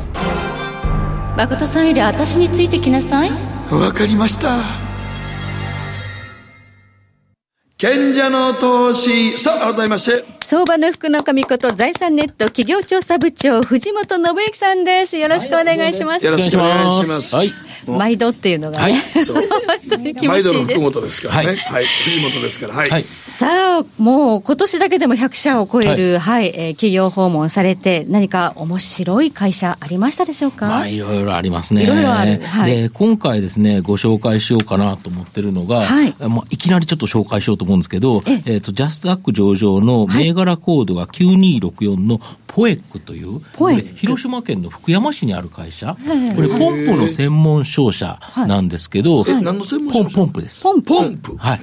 [SPEAKER 3] 誠さんより私についてきなさい。
[SPEAKER 2] わかりました。賢者の投資、さあ、改めまして、
[SPEAKER 3] 相場の福の神こと財産ネット企業調査部長、藤本信之さんです。よろしくお願いします。
[SPEAKER 2] よろしくお願いします。
[SPEAKER 4] はい。
[SPEAKER 3] 毎度っていうのがね、
[SPEAKER 2] そう。
[SPEAKER 3] 本当 (laughs) に気
[SPEAKER 2] マ
[SPEAKER 3] 持
[SPEAKER 2] イド
[SPEAKER 3] ちい
[SPEAKER 2] の
[SPEAKER 3] い
[SPEAKER 2] 福
[SPEAKER 3] です。
[SPEAKER 2] 本ですからね。
[SPEAKER 4] は
[SPEAKER 2] はいい。藤本ですから。はい。
[SPEAKER 4] はい
[SPEAKER 3] さあ、もう今年だけでも100社を超える、はい、えー企業訪問されて、何か面白い会社ありましたでしょうか、
[SPEAKER 4] まあ、いろいろありますね。
[SPEAKER 3] いろいろあるはい
[SPEAKER 4] で、今回ですね、ご紹介しようかなと思ってるのが、
[SPEAKER 3] はい
[SPEAKER 4] まあ、いきなりちょっと紹介しようと思うんですけど、
[SPEAKER 3] え
[SPEAKER 4] えっ、と、ジャスダック上場の銘柄コードが9264のポエックという、
[SPEAKER 3] ポエック
[SPEAKER 4] で広島県の福山市にある会社、これポンプの専門商社なんですけど、
[SPEAKER 2] え何の専門商社
[SPEAKER 4] ポンポンプです。
[SPEAKER 3] ポンプ
[SPEAKER 2] ポンプ。
[SPEAKER 4] はい
[SPEAKER 2] へ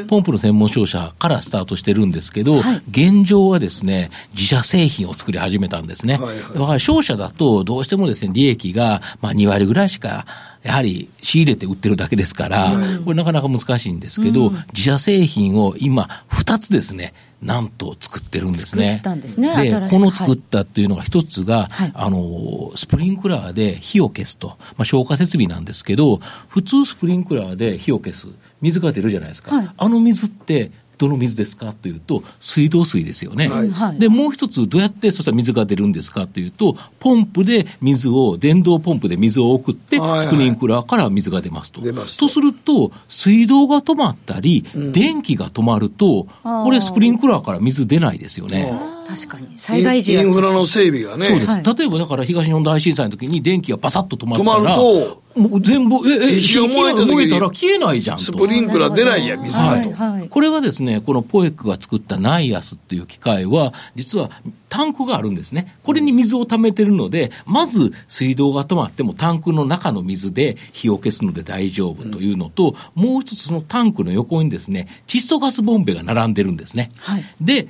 [SPEAKER 2] え。
[SPEAKER 4] ポンプの専門商社からスタートしてるんですけど、
[SPEAKER 3] はい
[SPEAKER 4] 現状はですね、自社製品を作り始めたんですね。
[SPEAKER 2] はいはい
[SPEAKER 4] だから商社だと、どうしてもですね、利益が、まあ、2割ぐらいしか、やはり仕入れて売ってるだけですから、これなかなか難しいんですけど、自社製品を今、2つですね、なんと作ってるんです
[SPEAKER 3] 作
[SPEAKER 4] ね。
[SPEAKER 3] ったんですね新しく
[SPEAKER 4] この作ったっていうのが一つが、
[SPEAKER 3] はい
[SPEAKER 4] あの、スプリンクラーで火を消すと、まあ、消火設備なんですけど、普通スプリンクラーで火を消す、水が出るじゃないですか。
[SPEAKER 3] はい
[SPEAKER 4] あの水ってどの水ですかというと、水道水ですよね。
[SPEAKER 2] はい
[SPEAKER 3] はい
[SPEAKER 4] で、もう一つ、どうやってそしたら水が出るんですかというと、ポンプで水を、電動ポンプで水を送って、
[SPEAKER 2] はいはい
[SPEAKER 4] スプリンクラーから水が出ますと。
[SPEAKER 2] 出ますと
[SPEAKER 4] とすると、水道が止まったり、電気が止まると、これ、スプリンクラーから水出ないですよね。
[SPEAKER 3] 確かに災害時
[SPEAKER 2] インイン
[SPEAKER 3] は
[SPEAKER 2] フラの整備がね。
[SPEAKER 4] そうです、
[SPEAKER 3] はい
[SPEAKER 4] 例えばだから東日本大震災の時に電気がバサッと止まったら、
[SPEAKER 2] 止まる
[SPEAKER 4] もう全部、え、え、
[SPEAKER 2] 火
[SPEAKER 4] 火
[SPEAKER 2] が燃え
[SPEAKER 4] が
[SPEAKER 2] た時に
[SPEAKER 4] 燃えたら消えないじゃんと。
[SPEAKER 2] スプリンクラー出ないや、水
[SPEAKER 4] は
[SPEAKER 2] だ
[SPEAKER 4] い
[SPEAKER 2] と。
[SPEAKER 3] はい
[SPEAKER 4] これはですね、このポエックが作ったナイアスっていう機械は、実はタンクがあるんですね。これに水を溜めてるので、まず水道が止まってもタンクの中の水で火を消すので大丈夫というのと、もう一つそのタンクの横にですね、窒素ガスボンベが並んでるんですね。
[SPEAKER 3] はい
[SPEAKER 4] で、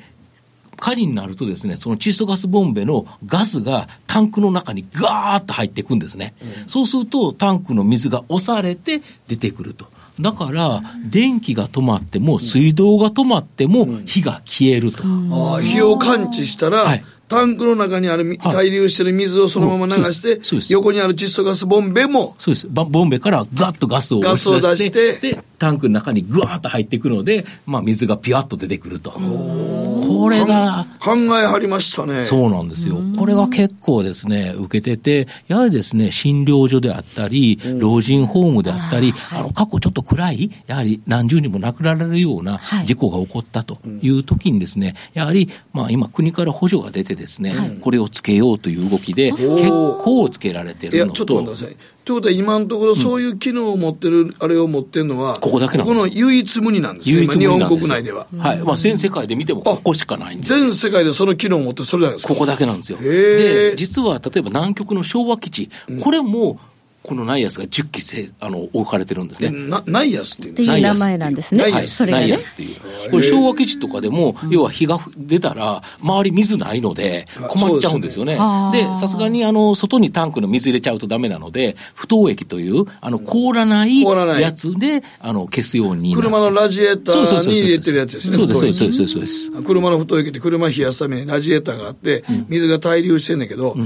[SPEAKER 4] 火事になるとですね、その窒素ガスボンベのガスがタンクの中にガーッと入っていくんですね。そうするとタンクの水が押されて出てくると。だから、電気が止まっても、水道が止まっても、火が消えると。
[SPEAKER 2] ああ火を感知したら、
[SPEAKER 4] はい
[SPEAKER 2] タンクの中にあるみ、
[SPEAKER 4] はい
[SPEAKER 2] 滞留してる水をそのまま流
[SPEAKER 4] そう
[SPEAKER 2] し
[SPEAKER 4] ですそうで
[SPEAKER 2] て、
[SPEAKER 4] す
[SPEAKER 2] 横にある窒素ガスボンベも、
[SPEAKER 4] そうです。ばボンベからガッとガスを押し出して、
[SPEAKER 2] ガスを出して
[SPEAKER 4] で、タンクの中にグワーッと入ってくるので、まあ、水がピュワッと出てくると。これが、
[SPEAKER 2] 考えはりましたね。
[SPEAKER 4] そうなんですよ。これが結構ですね、受けてて、やはりですね、診療所であったり、老人ホームであったり、あの、過去ちょっと暗い、やはり何十人も亡くなられるような
[SPEAKER 3] はい
[SPEAKER 4] 事故が起こったという時にですね、やはり、まあ今国から補助が出てですね、これをつけようという動きで、結構つけられて
[SPEAKER 2] い
[SPEAKER 4] る
[SPEAKER 2] や、
[SPEAKER 4] の
[SPEAKER 2] ちょっと
[SPEAKER 4] と、
[SPEAKER 2] 待ってください。ということは、今のところ、そういう機能を持ってる、あれを持ってるのは、
[SPEAKER 4] ここだけなんですよ
[SPEAKER 2] この唯一無二なんですよ、
[SPEAKER 4] 唯一無二
[SPEAKER 2] 今日
[SPEAKER 4] な
[SPEAKER 2] 本
[SPEAKER 4] んです
[SPEAKER 2] 国
[SPEAKER 4] よ
[SPEAKER 2] 内では。
[SPEAKER 4] はい。まあ全世界で見てもここしかないんですよ
[SPEAKER 2] 全世界でその機能を持ってるそれだけですか
[SPEAKER 4] ここだけなんですよ。
[SPEAKER 2] へー
[SPEAKER 4] で、実は例えば南極の昭和基地、これも、このナイアスが10機せあの置かれてるんですね。
[SPEAKER 2] なないやつっていうん
[SPEAKER 3] と
[SPEAKER 2] です
[SPEAKER 3] いう名前なんですね。
[SPEAKER 2] ナイアスっていう
[SPEAKER 3] そ
[SPEAKER 4] はい、
[SPEAKER 3] れが
[SPEAKER 4] ナイ
[SPEAKER 3] ね
[SPEAKER 4] アス。っていう。これ昭和基地とかでも、要は日が出たら、周り水ないので
[SPEAKER 2] あ、
[SPEAKER 4] 困っちゃうんですよね
[SPEAKER 3] そう。ですねあー
[SPEAKER 4] で、さすがに、あの、外にタンクの水入れちゃうとダメなので、不凍液という、あの、凍らない
[SPEAKER 2] 凍らない
[SPEAKER 4] やつで、あの、消すようにな。
[SPEAKER 2] 車のラジエータ
[SPEAKER 4] そうそう
[SPEAKER 2] ー
[SPEAKER 4] そうそう
[SPEAKER 2] に入れてるやつですね。
[SPEAKER 4] そうです、
[SPEAKER 2] 太
[SPEAKER 4] そ
[SPEAKER 2] いう
[SPEAKER 4] です、そうですそうです。
[SPEAKER 2] 車の太い駅って車冷やすためにラジエーターがあって、水が滞留してんねんけど、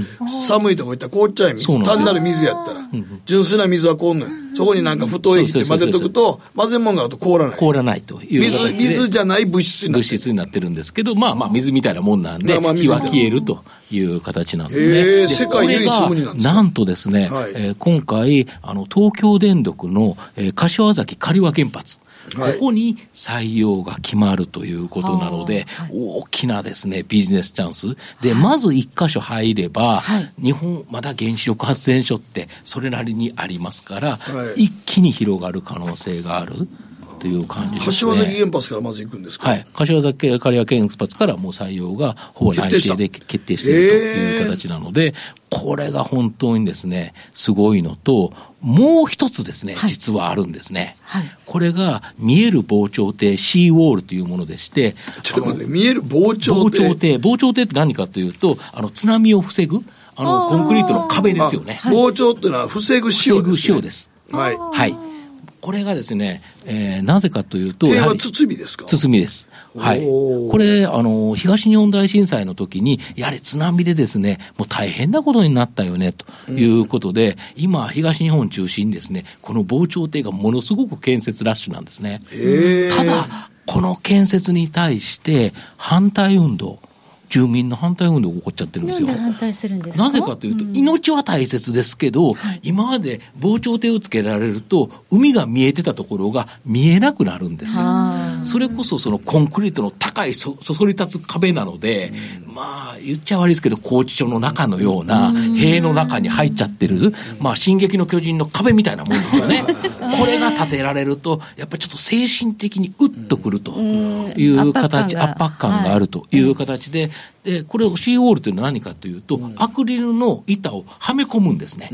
[SPEAKER 2] 寒いとこ行ったら凍っちゃう水
[SPEAKER 4] そうなんですよ
[SPEAKER 2] 単なる水やったら、純粋な水は凍んのよ。そこになんか太い駅って混ぜとくと、混ぜんもんがあると凍らない。
[SPEAKER 4] 凍らないという形
[SPEAKER 2] 水、
[SPEAKER 4] で。
[SPEAKER 2] 水じゃない物質にな
[SPEAKER 4] 物
[SPEAKER 2] ってる。
[SPEAKER 4] 質になってるんですけど、まあまあ水みたいなもんなんで、
[SPEAKER 2] まあまあ水
[SPEAKER 4] 火
[SPEAKER 2] みたい
[SPEAKER 4] は
[SPEAKER 2] な
[SPEAKER 4] 消えるという形なんです
[SPEAKER 2] へ
[SPEAKER 4] ね。
[SPEAKER 2] え
[SPEAKER 4] で
[SPEAKER 2] 世界唯一無二なんですね
[SPEAKER 4] これがなんとですね、
[SPEAKER 2] はい
[SPEAKER 4] えー今回、あの、東京電力の、えー柏崎刈羽原発。
[SPEAKER 2] はい
[SPEAKER 4] ここに採用が決まるということなので、
[SPEAKER 3] あーはい
[SPEAKER 4] 大きなですね、ビジネスチャンス。で、まず一箇所入れば、
[SPEAKER 3] はい
[SPEAKER 4] 日本、まだ原子力発電所ってそれなりにありますから、
[SPEAKER 2] はい
[SPEAKER 4] 一気に広がる可能性があるという感じですね。
[SPEAKER 2] 柏崎原発からまず行くんですか
[SPEAKER 4] はい。柏崎刈谷原発からもう採用がほぼ内定で決定しているという形なので、これが本当にですね、すごいのと、もう一つですね、
[SPEAKER 3] はい
[SPEAKER 4] 実はあるんですね。
[SPEAKER 3] はい
[SPEAKER 4] これが見える防潮堤シーウォールというものでして、
[SPEAKER 2] ちょっと待って、見える防潮
[SPEAKER 4] 防
[SPEAKER 2] 堤。
[SPEAKER 4] 潮堤、防潮堤って何かというと、あの津波を防ぐ、あのコンクリートの壁ですよね。
[SPEAKER 2] あ防潮っていうのは防ぐ
[SPEAKER 4] 防
[SPEAKER 2] 潮
[SPEAKER 4] ぐ
[SPEAKER 2] です、ね。
[SPEAKER 4] 塩です。
[SPEAKER 2] はい。
[SPEAKER 4] はい。これがですね、えーなぜかというと、
[SPEAKER 2] 堤
[SPEAKER 4] やは
[SPEAKER 2] は
[SPEAKER 4] り
[SPEAKER 2] 包みですか
[SPEAKER 4] 堤です。はい。
[SPEAKER 2] おー
[SPEAKER 4] これ、あの、東日本大震災の時に、やはり津波でですね、もう大変なことになったよね、ということで、今、東日本中心にですね、この防潮堤がものすごく建設ラッシュなんですね。
[SPEAKER 2] へー
[SPEAKER 4] ただ、この建設に対して、反対運動、住民の反対運動が起こっちゃってるんで
[SPEAKER 3] な
[SPEAKER 4] す
[SPEAKER 3] ん
[SPEAKER 4] よ。
[SPEAKER 3] で反対するんですか
[SPEAKER 4] なぜかというと、命は大切ですけど、今まで防潮堤をつけられると、海が見えてたところが見えなくなるんですよ。それこそそのコンクリートの高いそそそり立つ壁なので、まあ言っちゃ悪いですけど、拘置所の中のような、塀の中に入っちゃってる、まあ進撃の巨人の壁みたいなもんです
[SPEAKER 3] (laughs)
[SPEAKER 4] よね。これが立てられると、やっぱりちょっと精神的にうっとくるという形、
[SPEAKER 3] うん圧
[SPEAKER 4] 圧
[SPEAKER 3] 迫
[SPEAKER 4] 迫
[SPEAKER 3] 感が
[SPEAKER 4] 感があるという形で、で、これをシーウォールというのは何かというと、アクリルの板をはめ込むんですね。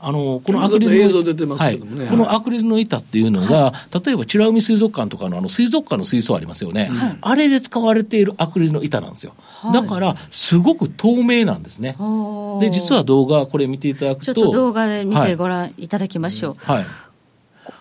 [SPEAKER 4] あの、このアクリルの
[SPEAKER 2] 映像出てますけどもね
[SPEAKER 4] はいこのアクリルの板っていうのが、例えば、美ら海水族館とかのあの水族館の水槽ありますよね、あれで使われているアクリルの板なんですよ。だから、すごく透明なんですね。
[SPEAKER 3] おー
[SPEAKER 4] で、実は動画、これ見ていただく
[SPEAKER 3] ちょ
[SPEAKER 4] と。
[SPEAKER 3] っと動画で見
[SPEAKER 4] は
[SPEAKER 3] て
[SPEAKER 4] い
[SPEAKER 3] ご覧いただきましょう。
[SPEAKER 4] はい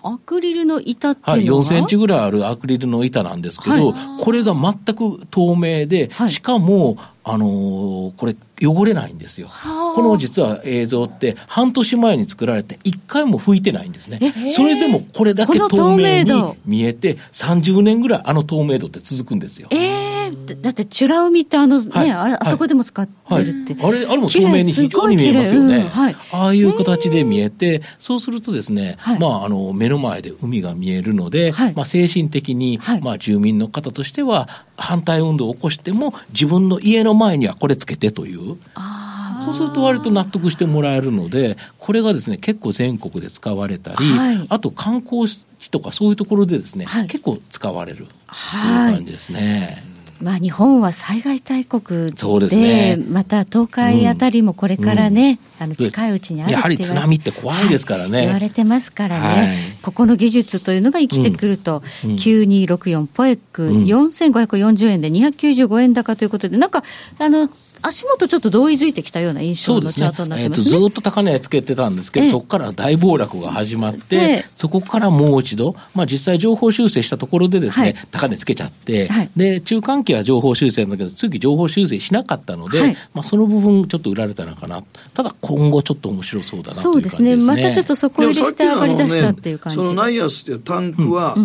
[SPEAKER 3] アクリルの板って
[SPEAKER 4] はい、
[SPEAKER 3] いうのは、
[SPEAKER 4] 4センチぐらいあるアクリルの板なんですけど、これが全く透明で、
[SPEAKER 3] はい
[SPEAKER 4] しかも、あのーこれ、汚れないんですよ。この実は映像って、半年前に作られて、一回も拭いてないんですね。それでもこれだけ
[SPEAKER 3] この
[SPEAKER 4] 透
[SPEAKER 3] 透
[SPEAKER 4] 明
[SPEAKER 3] 明度
[SPEAKER 4] に見えて、30年ぐらいあの透明度って続くんですよ。
[SPEAKER 3] ええだだってチュラウミってあのね、
[SPEAKER 4] はい
[SPEAKER 3] あれ
[SPEAKER 4] はい
[SPEAKER 3] あそこでも使って
[SPEAKER 4] はい、
[SPEAKER 3] るって、
[SPEAKER 4] あれ、あれも透明に非常に見えますよ
[SPEAKER 3] 綺麗すごい綺麗
[SPEAKER 4] ね。
[SPEAKER 3] うんはい
[SPEAKER 4] ああいう形で見えて、そうするとですね、
[SPEAKER 3] はい
[SPEAKER 4] まあ、あの、目の前で海が見えるので、
[SPEAKER 3] はい
[SPEAKER 4] まあ、精神的に、
[SPEAKER 3] はい
[SPEAKER 4] まあ、住民の方としては、反対運動を起こしても、自分の家の前にはこれつけてという。そうすると割と納得してもらえるので、これがですね、結構全国で使われたり、
[SPEAKER 3] はい
[SPEAKER 4] あと観光地とかそういうところでですね、
[SPEAKER 3] はい
[SPEAKER 4] 結構使われるという
[SPEAKER 3] はい
[SPEAKER 4] 感じですね。
[SPEAKER 3] まあ、日本は災害大国で
[SPEAKER 4] そうですね
[SPEAKER 3] また東海あたりもこれからね、あの近いうちにあるって
[SPEAKER 4] やはり
[SPEAKER 3] 言
[SPEAKER 4] 津
[SPEAKER 3] われ
[SPEAKER 4] 波って怖いですからね。
[SPEAKER 3] 言われてますからね、
[SPEAKER 4] はい
[SPEAKER 3] ここの技術というのが生きてくると、
[SPEAKER 4] うん
[SPEAKER 3] 9264ポエック、
[SPEAKER 4] うん
[SPEAKER 3] 4540円で295円高ということで、なんか、あの、足元ちょっと同意づいてきたような印
[SPEAKER 4] そ
[SPEAKER 3] 象
[SPEAKER 4] うで
[SPEAKER 3] の
[SPEAKER 4] す
[SPEAKER 3] チャ
[SPEAKER 4] ね
[SPEAKER 3] ートになっ
[SPEAKER 4] え
[SPEAKER 3] て
[SPEAKER 4] っ
[SPEAKER 3] ま
[SPEAKER 4] と
[SPEAKER 3] すね。
[SPEAKER 4] ずーっと高値つけてたんですけど、
[SPEAKER 3] ええ
[SPEAKER 4] そこから大暴落が始まっ
[SPEAKER 3] で
[SPEAKER 4] て、そこからもう一度、まあ、実際、情報修正したところでです、ね
[SPEAKER 3] はい
[SPEAKER 4] 高値つけちゃって、
[SPEAKER 3] はい
[SPEAKER 4] で、中間期は情報修正だけど、次、情報修正しなかったので、
[SPEAKER 3] はい
[SPEAKER 4] まあ、その部分、ちょっと売られたのかな、ただ今後、ちょっと面白そうだなという
[SPEAKER 3] そうで
[SPEAKER 4] 感じです
[SPEAKER 3] す
[SPEAKER 4] ね。
[SPEAKER 3] ね。またちょっとそこ入り
[SPEAKER 2] でもさっ
[SPEAKER 3] し
[SPEAKER 2] き
[SPEAKER 3] て
[SPEAKER 2] の
[SPEAKER 3] 上
[SPEAKER 2] あ
[SPEAKER 3] が
[SPEAKER 2] の
[SPEAKER 3] り
[SPEAKER 2] ね
[SPEAKER 3] 出したっていう感じ。
[SPEAKER 2] そのナイアスっていうタンクは、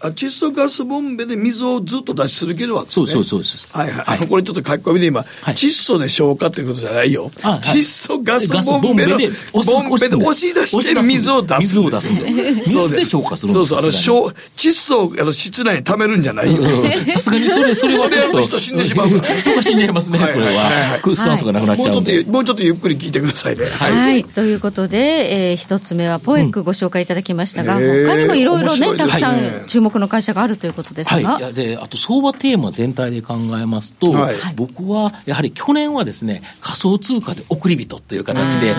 [SPEAKER 2] あ窒素ガスボンベで水をずっと出し続けるわけですね。
[SPEAKER 4] そうそうそうそう
[SPEAKER 2] はいはい。あの、これちょっと書き込みで今、
[SPEAKER 4] い
[SPEAKER 2] 窒素で消化っていうことじゃないよ。
[SPEAKER 4] あはい
[SPEAKER 2] 窒素ガスボンベの、
[SPEAKER 4] ガス
[SPEAKER 2] ボンベで押し出して水を出すんですよ。
[SPEAKER 4] 水を出すんです
[SPEAKER 2] そう
[SPEAKER 4] 水で消化するん
[SPEAKER 2] そ
[SPEAKER 4] で
[SPEAKER 2] う
[SPEAKER 4] す
[SPEAKER 2] そう。あの、
[SPEAKER 4] さすがに
[SPEAKER 2] 消窒素をあの室内に溜めるんじゃないよ。
[SPEAKER 4] うん
[SPEAKER 3] (laughs)
[SPEAKER 4] さすがにそれ、それは
[SPEAKER 2] それ
[SPEAKER 4] ちょ
[SPEAKER 2] や
[SPEAKER 4] っ
[SPEAKER 2] る
[SPEAKER 4] と。
[SPEAKER 2] と人死んでしまうから
[SPEAKER 4] 人が死んじゃいますね、
[SPEAKER 2] はい
[SPEAKER 4] それ
[SPEAKER 2] はいはいは
[SPEAKER 4] は。
[SPEAKER 2] い
[SPEAKER 4] 空酸素がなくなっ
[SPEAKER 2] も
[SPEAKER 4] ち
[SPEAKER 2] う
[SPEAKER 4] ゃ
[SPEAKER 2] ちょ
[SPEAKER 4] うん
[SPEAKER 2] っと
[SPEAKER 4] で
[SPEAKER 2] ゆ、。もうちょっとゆっくり聞いてくださいね。はい。
[SPEAKER 3] はい。ということで、えー一つ目はポエックご紹介いただきましたが、
[SPEAKER 2] うんへー
[SPEAKER 3] 他にもいろいろね
[SPEAKER 2] 面白いです
[SPEAKER 3] た
[SPEAKER 2] ね
[SPEAKER 3] くさん注目の会社があるということですが、
[SPEAKER 4] はい、いやであと相場テーマ全体で考えますと、
[SPEAKER 2] はい
[SPEAKER 4] 僕はやはり去年はですね仮想通貨で送り人という形でいっ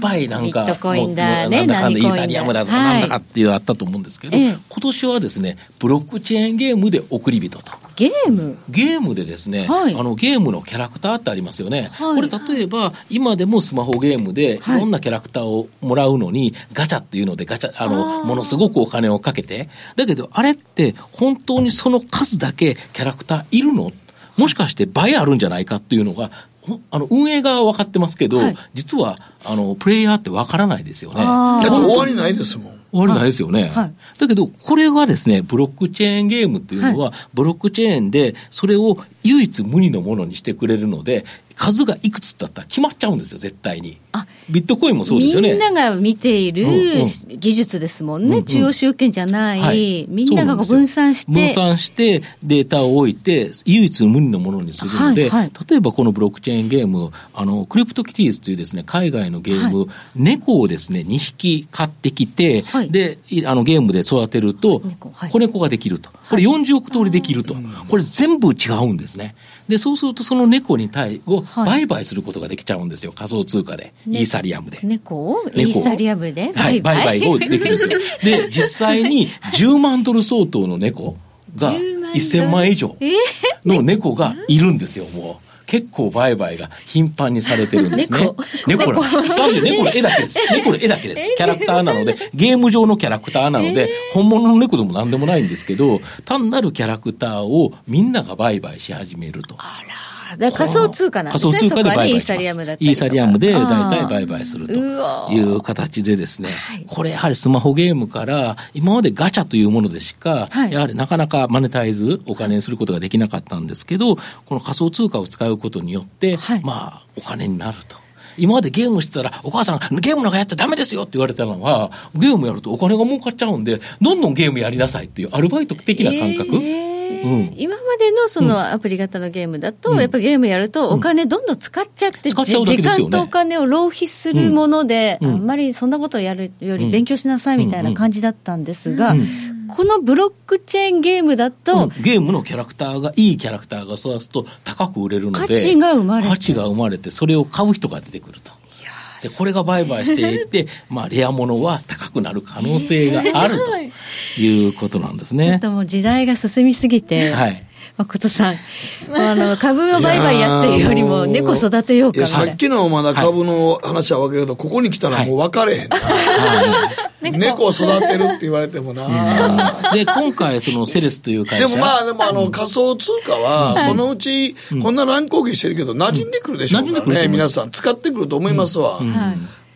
[SPEAKER 4] ぱいなんか
[SPEAKER 3] ビットコインだ
[SPEAKER 4] も
[SPEAKER 3] ね
[SPEAKER 4] うなんだかん
[SPEAKER 3] 何コインだ
[SPEAKER 4] だイーサリアムだとか
[SPEAKER 3] は
[SPEAKER 4] ないんだかっていうのあったと思うんですけど、
[SPEAKER 3] ええ
[SPEAKER 4] 今年はですねブロックチェーンゲームで送り人と。
[SPEAKER 3] ゲーム。
[SPEAKER 4] ゲームでですね、
[SPEAKER 3] はい
[SPEAKER 4] あのゲームのキャラクターってありますよね、
[SPEAKER 3] はい
[SPEAKER 4] これ例えば今でもスマホゲームでい
[SPEAKER 3] はい
[SPEAKER 4] ろんなキャラクターをもらうのにガチャっていうのでガチャあのものすごくお金をかけてだけどあれって本当にその数だけキャラクターいるのもしかして倍あるんじゃないかっていうのがほんあの運営側は分かってますけど、
[SPEAKER 3] はい
[SPEAKER 4] 実はあのプレイヤーって分からないですよね。
[SPEAKER 3] あ
[SPEAKER 2] だって終わりないですもん。
[SPEAKER 4] 終わりないですよね。
[SPEAKER 3] はい
[SPEAKER 4] だけど、これはですね、ブロックチェーンゲームっていうのは、ブロックチェーンで、それを唯一無二のものにしてくれるので、数がいくつだったら決まっちゃうんですよ、絶対に。
[SPEAKER 3] あ
[SPEAKER 4] ビットコインもそうですよね。
[SPEAKER 3] みんなが見ている
[SPEAKER 4] うん
[SPEAKER 3] 技術ですもんね、
[SPEAKER 4] うんうん
[SPEAKER 3] 中央集権じゃない、
[SPEAKER 4] はい
[SPEAKER 3] みんながこう分散して、
[SPEAKER 4] 分散してデータを置いて、唯一無二のものにするので、
[SPEAKER 3] はいはい
[SPEAKER 4] 例えばこのブロックチェーンゲーム、あの、クリプトキティーズというですね、海外のゲーム、猫をですね、2匹買ってきて、
[SPEAKER 3] はい
[SPEAKER 4] で、いあの、ゲームで育てると、
[SPEAKER 3] 猫はい
[SPEAKER 4] 子猫ができると。これ40億通りできると。これ全部違うんですね。で、そうするとその猫に対を
[SPEAKER 3] はい
[SPEAKER 4] 売買することができちゃうんですよ。仮想通貨で。
[SPEAKER 3] ね
[SPEAKER 4] イーサリアムで。
[SPEAKER 3] 猫をイ
[SPEAKER 4] 猫
[SPEAKER 3] ーサリアムで
[SPEAKER 4] はい、売買をできるんですよ。で、実際に10万ドル相当の猫
[SPEAKER 3] 10
[SPEAKER 4] が
[SPEAKER 3] 万ドル
[SPEAKER 4] 1000万円以上の猫がいるんですよ、もう。結構売買が頻繁にされてるんですね。猫なんです。単に猫の絵だ
[SPEAKER 3] (laughs)
[SPEAKER 4] けです。猫の絵だけです。キャラクターなので、ゲーム上のキャラクターなので、本物の猫でも何でもないんですけど、単なるキャラクターをみんなが売買し始めると。
[SPEAKER 3] (laughs) だから仮想通貨なんですね。
[SPEAKER 4] 仮想通貨で
[SPEAKER 3] そこは
[SPEAKER 4] 売
[SPEAKER 3] ねイー
[SPEAKER 4] 買します。
[SPEAKER 3] サリアムだったり
[SPEAKER 4] イ
[SPEAKER 3] と
[SPEAKER 4] ー
[SPEAKER 3] か
[SPEAKER 4] サリアムで大体売買すると
[SPEAKER 3] うわ
[SPEAKER 4] い
[SPEAKER 3] ー
[SPEAKER 4] う形でですね、これやはりスマホゲームから、今までガチャというものでしか、
[SPEAKER 3] はい
[SPEAKER 4] やはりなかなかマネタイズ、お金にすることができなかったんですけど、この仮想通貨を使うことによって、
[SPEAKER 3] はい
[SPEAKER 4] まあ、お金になると。今までゲームしてたら、お母さん、ゲームなんかやっちゃダメですよって言われたのは、ゲームやるとお金が儲かっちゃうんで、どんどんゲームやりなさいっていうアルバイト的な感覚。
[SPEAKER 3] えー
[SPEAKER 4] うん
[SPEAKER 3] 今までのそのアプリ型のゲームだと、やっぱりゲームやるとお金どんどん使っちゃって、
[SPEAKER 4] 使っちゃうだ
[SPEAKER 3] 時
[SPEAKER 4] けですよね
[SPEAKER 3] 間とお金を浪費するもので、
[SPEAKER 4] うん
[SPEAKER 3] あんまりそんなことやるよ
[SPEAKER 4] う
[SPEAKER 3] り
[SPEAKER 4] ん
[SPEAKER 3] 勉強しなさいみたいな感じだったんですが、
[SPEAKER 4] うん
[SPEAKER 3] このブロックチェーンゲームだと、
[SPEAKER 4] うんゲームのキャラクターが、いいキャラクターが育つと高く売れるので。
[SPEAKER 3] 価値が生まれて
[SPEAKER 4] 価値が生まれて、それを買う人が出てくると。で、これが売買していって、まあ、レアものは高くなる可能性があるということなんです
[SPEAKER 3] ちょっ
[SPEAKER 4] ね。
[SPEAKER 3] ともう時代が進みすぎて、
[SPEAKER 4] はい。
[SPEAKER 3] 誠さん、あの、株の売買やってるよりも、猫育てよう
[SPEAKER 2] い
[SPEAKER 3] か
[SPEAKER 2] や
[SPEAKER 3] みた
[SPEAKER 2] さ
[SPEAKER 3] いな
[SPEAKER 2] っ。きのまだ株の話は分けるけど、ここに来たらもう分か
[SPEAKER 4] (laughs)
[SPEAKER 2] れへんな、猫を育てるって言われてもな。
[SPEAKER 4] で、今回、そのセレスという会
[SPEAKER 2] で
[SPEAKER 4] 社。
[SPEAKER 2] もまあ、でもあの、仮想通貨は、そのうち、こんな乱高下してるけど、馴染んでくるでしょうから
[SPEAKER 4] 馴染んでくると
[SPEAKER 2] ね、
[SPEAKER 4] 思い
[SPEAKER 2] 皆
[SPEAKER 4] ま
[SPEAKER 2] さん、使ってくると思いますわ。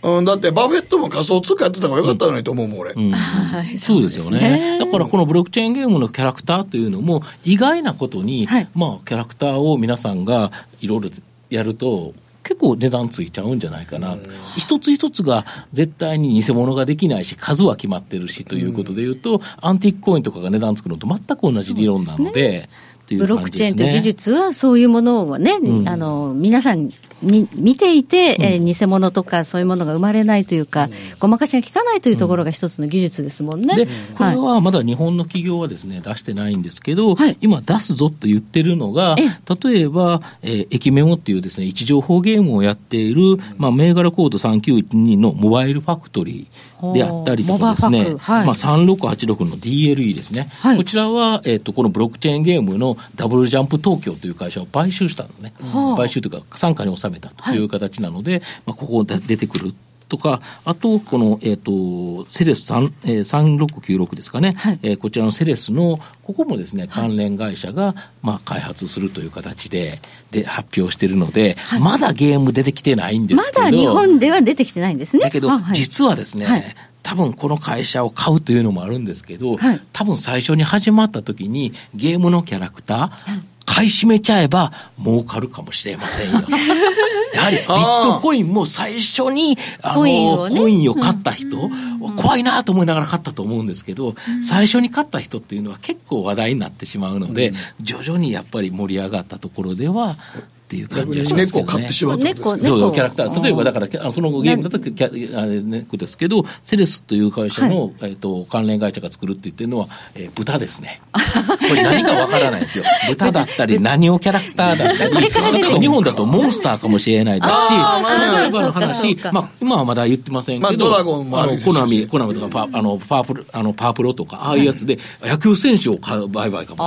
[SPEAKER 2] うん、だって、バフェットも仮想通貨やってた方がよかったのにと思うもん、俺。
[SPEAKER 3] はい
[SPEAKER 4] そうですよね。だからこのブロックチェーンゲームのキャラクターというのも、意外なことに、
[SPEAKER 3] はい
[SPEAKER 4] まあ、キャラクターを皆さんがいろいろやると、結構値段ついちゃうんじゃないかな、一つ一つが絶対に偽物ができないし、数は決まってるしということでいうと、アンティークコインとかが値段つくのと全く同じ理論なので、という
[SPEAKER 3] ブロッ
[SPEAKER 4] 感
[SPEAKER 3] ク
[SPEAKER 4] じ
[SPEAKER 3] チ
[SPEAKER 4] で
[SPEAKER 3] ェーン
[SPEAKER 4] す
[SPEAKER 3] と
[SPEAKER 4] ね
[SPEAKER 3] 技術はそういうものをね、
[SPEAKER 4] ん
[SPEAKER 3] あの皆さんに見ていて、えー偽物とかそういうものが生まれないというか、ごまかしが効かないというところが一つの技術ですもんね。
[SPEAKER 4] で、こ
[SPEAKER 3] は
[SPEAKER 4] れ
[SPEAKER 3] い
[SPEAKER 4] はまだ日本の企業はですね、出してないんですけど、
[SPEAKER 3] はい
[SPEAKER 4] 今出すぞと言ってるのが、
[SPEAKER 3] え
[SPEAKER 4] 例えば、えー駅メモっていうですね、位置情報ゲームをやっている、まあ、銘柄コード3912のモバイルファクトリーであったりとかです
[SPEAKER 3] おーモバ
[SPEAKER 4] ね
[SPEAKER 3] ファ、クはい
[SPEAKER 4] まあ、3686の DLE ですね。
[SPEAKER 3] はい
[SPEAKER 4] こちらは、えっ、と、このブロックチェーンゲームのダブルジャンプ東京という会社を買収したのね。
[SPEAKER 3] はあ
[SPEAKER 4] 買収というか、傘下に収めたという形なので、まあ、ここで出てくる。とか、あと、この、えっ、と、セレス3、えー、3696ですかね、
[SPEAKER 3] はい
[SPEAKER 4] えーこちらのセレスの、ここもですね、関連会社が、まあ、開発するという形で、で、発表してるので、まだゲーム出てきてないんで
[SPEAKER 3] ます
[SPEAKER 4] けど。
[SPEAKER 3] だ日本では出てきてないんですね。
[SPEAKER 4] だけど、
[SPEAKER 3] あはい
[SPEAKER 4] 実はですね、
[SPEAKER 3] はい
[SPEAKER 4] 多分この会社を買うというのもあるんですけど、
[SPEAKER 3] はい
[SPEAKER 4] 多分最初に始まった時にゲームのキャラクター、買い占めちゃえば儲かるかもしれま
[SPEAKER 3] (laughs)
[SPEAKER 4] せんよ。やはりビットコインも最初にあの
[SPEAKER 3] コ
[SPEAKER 4] コ
[SPEAKER 3] イン
[SPEAKER 4] イ
[SPEAKER 3] をね
[SPEAKER 4] ンを買った人、怖いなと思いながら買ったと思うんですけど、最初に買った人っていうのは結構話題になってしまうので、徐々にやっぱり盛り上がったところではっていう感
[SPEAKER 2] 逆
[SPEAKER 4] じが
[SPEAKER 2] に
[SPEAKER 4] しま
[SPEAKER 2] 猫を
[SPEAKER 4] すけどね。
[SPEAKER 2] 買ってしまうってこと
[SPEAKER 3] 猫
[SPEAKER 2] です
[SPEAKER 4] そう
[SPEAKER 3] 猫
[SPEAKER 4] キャラクター。例えばだから、キャあのその後ゲームだとキャあれ猫ですけど、セレスという会社の、えっと、関連会社が作るって言ってるのは、えー豚ですね。これ何かわからないですよ。豚だったり、何をキャラクターだったり、日本だとモンスターかもしれないですし、
[SPEAKER 2] あーまあまあ
[SPEAKER 4] 例えばの
[SPEAKER 3] そう
[SPEAKER 4] 話
[SPEAKER 3] かそうか、
[SPEAKER 4] まあ、今はまだ言ってません
[SPEAKER 2] まあ
[SPEAKER 4] けど、
[SPEAKER 2] ドラゴンもある
[SPEAKER 4] の、
[SPEAKER 2] し
[SPEAKER 4] コナミ、コナミとかパ、あの、パープル、あの、パープロとか、ああいうやつで、野球選手を買う売買かもしれないです。わか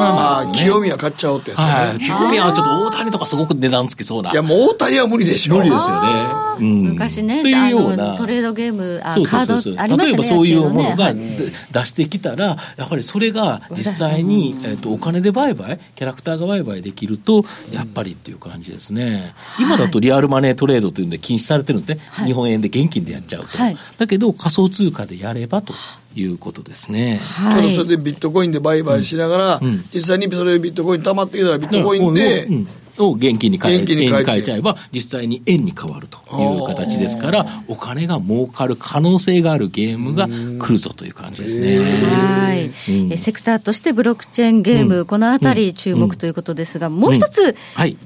[SPEAKER 4] ら
[SPEAKER 2] あ
[SPEAKER 4] ない
[SPEAKER 2] あ、
[SPEAKER 4] ですよね。
[SPEAKER 2] 清宮買っちゃおうってやつね。
[SPEAKER 4] はい。興味はちょっと大谷とかすごく値段つきそうな。
[SPEAKER 2] いや、もう大谷は無理でしょ。
[SPEAKER 4] 無理ですよね。うん
[SPEAKER 3] 昔ね、
[SPEAKER 4] というよう
[SPEAKER 3] あ
[SPEAKER 4] な
[SPEAKER 3] のトレードゲーム、あ
[SPEAKER 4] そうそうそうそう
[SPEAKER 3] カードありましたね。
[SPEAKER 4] 例えばそういうも
[SPEAKER 3] や
[SPEAKER 4] の
[SPEAKER 3] ってる
[SPEAKER 4] がで出してきたら、やはりそれが実際に、えっとお金で売買、キャラクターが売買できると、やっぱりっていう感じですね。今だとリアルマネートレードというんで禁止されてるんで、ね日本円で現金でやっちゃうと、
[SPEAKER 3] はい
[SPEAKER 4] だけど仮想通貨でやればということですね。
[SPEAKER 2] た
[SPEAKER 3] は
[SPEAKER 2] だ
[SPEAKER 3] い
[SPEAKER 2] それでビットコインで売買しながら、
[SPEAKER 4] ん
[SPEAKER 2] 実際にそれでビットコイン溜まってきたらビットコインで
[SPEAKER 4] う、んを現金に変え
[SPEAKER 2] 現金に
[SPEAKER 4] 円
[SPEAKER 2] 変えて
[SPEAKER 4] に変えちゃえば、実際に円に変わるという形ですから、お金が儲かる可能性があるゲームが来るぞという感じですね。
[SPEAKER 3] はい、
[SPEAKER 4] うん
[SPEAKER 3] えセクターとしてブロックチェーンゲーム、
[SPEAKER 4] うん
[SPEAKER 3] このあたり注目ということですが、もう一つ、
[SPEAKER 4] んはい。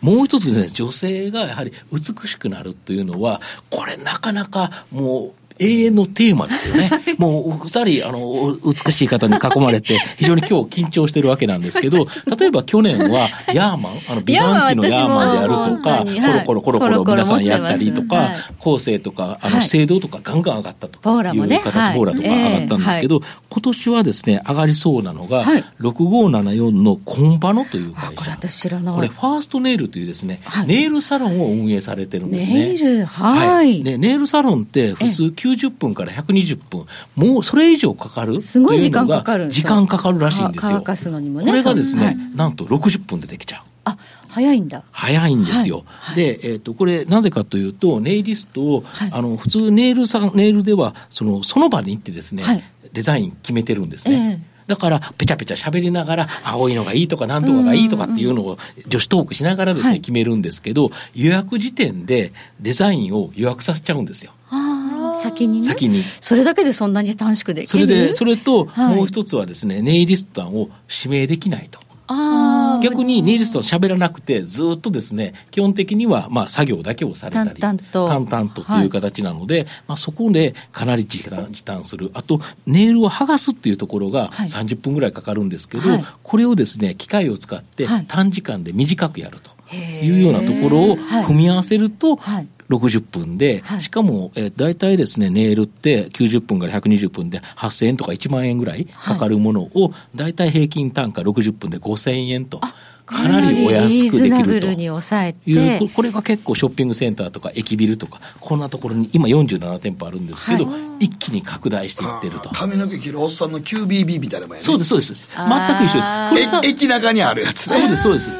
[SPEAKER 4] もう一つね、女性がやはり美しくなるというのは、これなかなかもう、永遠のテーマですよね。もう、お二人、あの、お美しい方に囲ま
[SPEAKER 3] (laughs)
[SPEAKER 4] れて、非常に今日緊張してるわけなんですけど、例えば去年は、ヤーマン、あの、美顔器のヤーマンであると
[SPEAKER 3] ヤーマン私も本当には
[SPEAKER 4] か、
[SPEAKER 3] い
[SPEAKER 4] コロコロコロコロ皆さんやったりと
[SPEAKER 3] コロコロ持ってま
[SPEAKER 4] か
[SPEAKER 3] す、
[SPEAKER 4] 後世とか、あ
[SPEAKER 3] は
[SPEAKER 4] の、
[SPEAKER 3] い
[SPEAKER 4] 聖堂とかガンガン上がったという
[SPEAKER 3] ボーラもねは
[SPEAKER 4] 形、
[SPEAKER 3] い
[SPEAKER 4] ボーラとか上がったんですけど、今年はですね、上がりそうなのが、
[SPEAKER 3] はい
[SPEAKER 4] 6574のコンバノという
[SPEAKER 3] あこ
[SPEAKER 4] 会
[SPEAKER 3] れ
[SPEAKER 4] 社。
[SPEAKER 3] 私知らない。
[SPEAKER 4] これ、ファーストネイルというですね、
[SPEAKER 3] はい
[SPEAKER 4] ネイルサロンを運営されてるんですね。
[SPEAKER 3] ネイルはい
[SPEAKER 4] でネイルサロンって普通90分から120分、もうそれ以上かかる
[SPEAKER 3] すごい時間
[SPEAKER 4] とうのが
[SPEAKER 3] かかるんですよ
[SPEAKER 4] 時間かかるらしいんですよ。
[SPEAKER 3] か乾かすのにもね
[SPEAKER 4] これがですね、
[SPEAKER 3] はい
[SPEAKER 4] なんと60分でできちゃう。
[SPEAKER 3] あ早いんだ。
[SPEAKER 4] 早いんですよ。
[SPEAKER 3] はい
[SPEAKER 4] で、えっ、と、これ、なぜかというと、ネイリストを、
[SPEAKER 3] はい
[SPEAKER 4] あの、普通ネイルさん、ネイルでは、その、その場に行ってですね、
[SPEAKER 3] はい
[SPEAKER 4] デザイン決めてるんですね。
[SPEAKER 3] え
[SPEAKER 4] だから、ペチャペチャ喋りながら、青いのがいいとか、なんとかがいいとかっていうのを、女子トークしながらですね、
[SPEAKER 3] はい
[SPEAKER 4] 決めるんですけど、予約時点でデザインを予約させちゃうんですよ。
[SPEAKER 3] あー先にね。
[SPEAKER 4] 先に。
[SPEAKER 3] それだけでそんなに短縮できる。
[SPEAKER 4] それで、それと、
[SPEAKER 3] はい
[SPEAKER 4] もう一つはですね、ネイリストさんを指名できないと。
[SPEAKER 3] あー
[SPEAKER 4] 逆にネイリストは喋らなくて、ずっとですね、基本的には、まあ、作業だけをされたり、
[SPEAKER 3] 淡々と
[SPEAKER 4] 淡々とという形なので、まあ、そこでかなり時短時短する。あと、ネイルを剥がすっていうところが
[SPEAKER 3] はい
[SPEAKER 4] 30分ぐらいかかるんですけど、
[SPEAKER 3] はい
[SPEAKER 4] これをですね、機械を使って
[SPEAKER 3] はい
[SPEAKER 4] 短時間で短くやると。いうようなところを
[SPEAKER 3] はい
[SPEAKER 4] 組み合わせると、
[SPEAKER 3] はい
[SPEAKER 4] 60分で、
[SPEAKER 3] はい
[SPEAKER 4] しかも、えー、大体ですね、ネイルって90分から120分で8000円とか1万円ぐらいかかるものを、大体平均単価60分で5000円と、かなりお安くで
[SPEAKER 3] リーズナ
[SPEAKER 4] き
[SPEAKER 3] ブ
[SPEAKER 4] ると
[SPEAKER 3] ル。に抑え
[SPEAKER 4] いうこ
[SPEAKER 3] て、
[SPEAKER 4] これが結構ショッピングセンターとか駅ビルとかこんなところに今47店舗あるんですけど、一気に拡大していってると
[SPEAKER 2] 髪の毛切るおっさんの QBB みたいなもんやね。
[SPEAKER 4] そうですそうです
[SPEAKER 3] あー
[SPEAKER 4] 全く一緒ですこれさ
[SPEAKER 2] え駅中にあるやつ
[SPEAKER 4] そう
[SPEAKER 2] ね。
[SPEAKER 4] ですそうです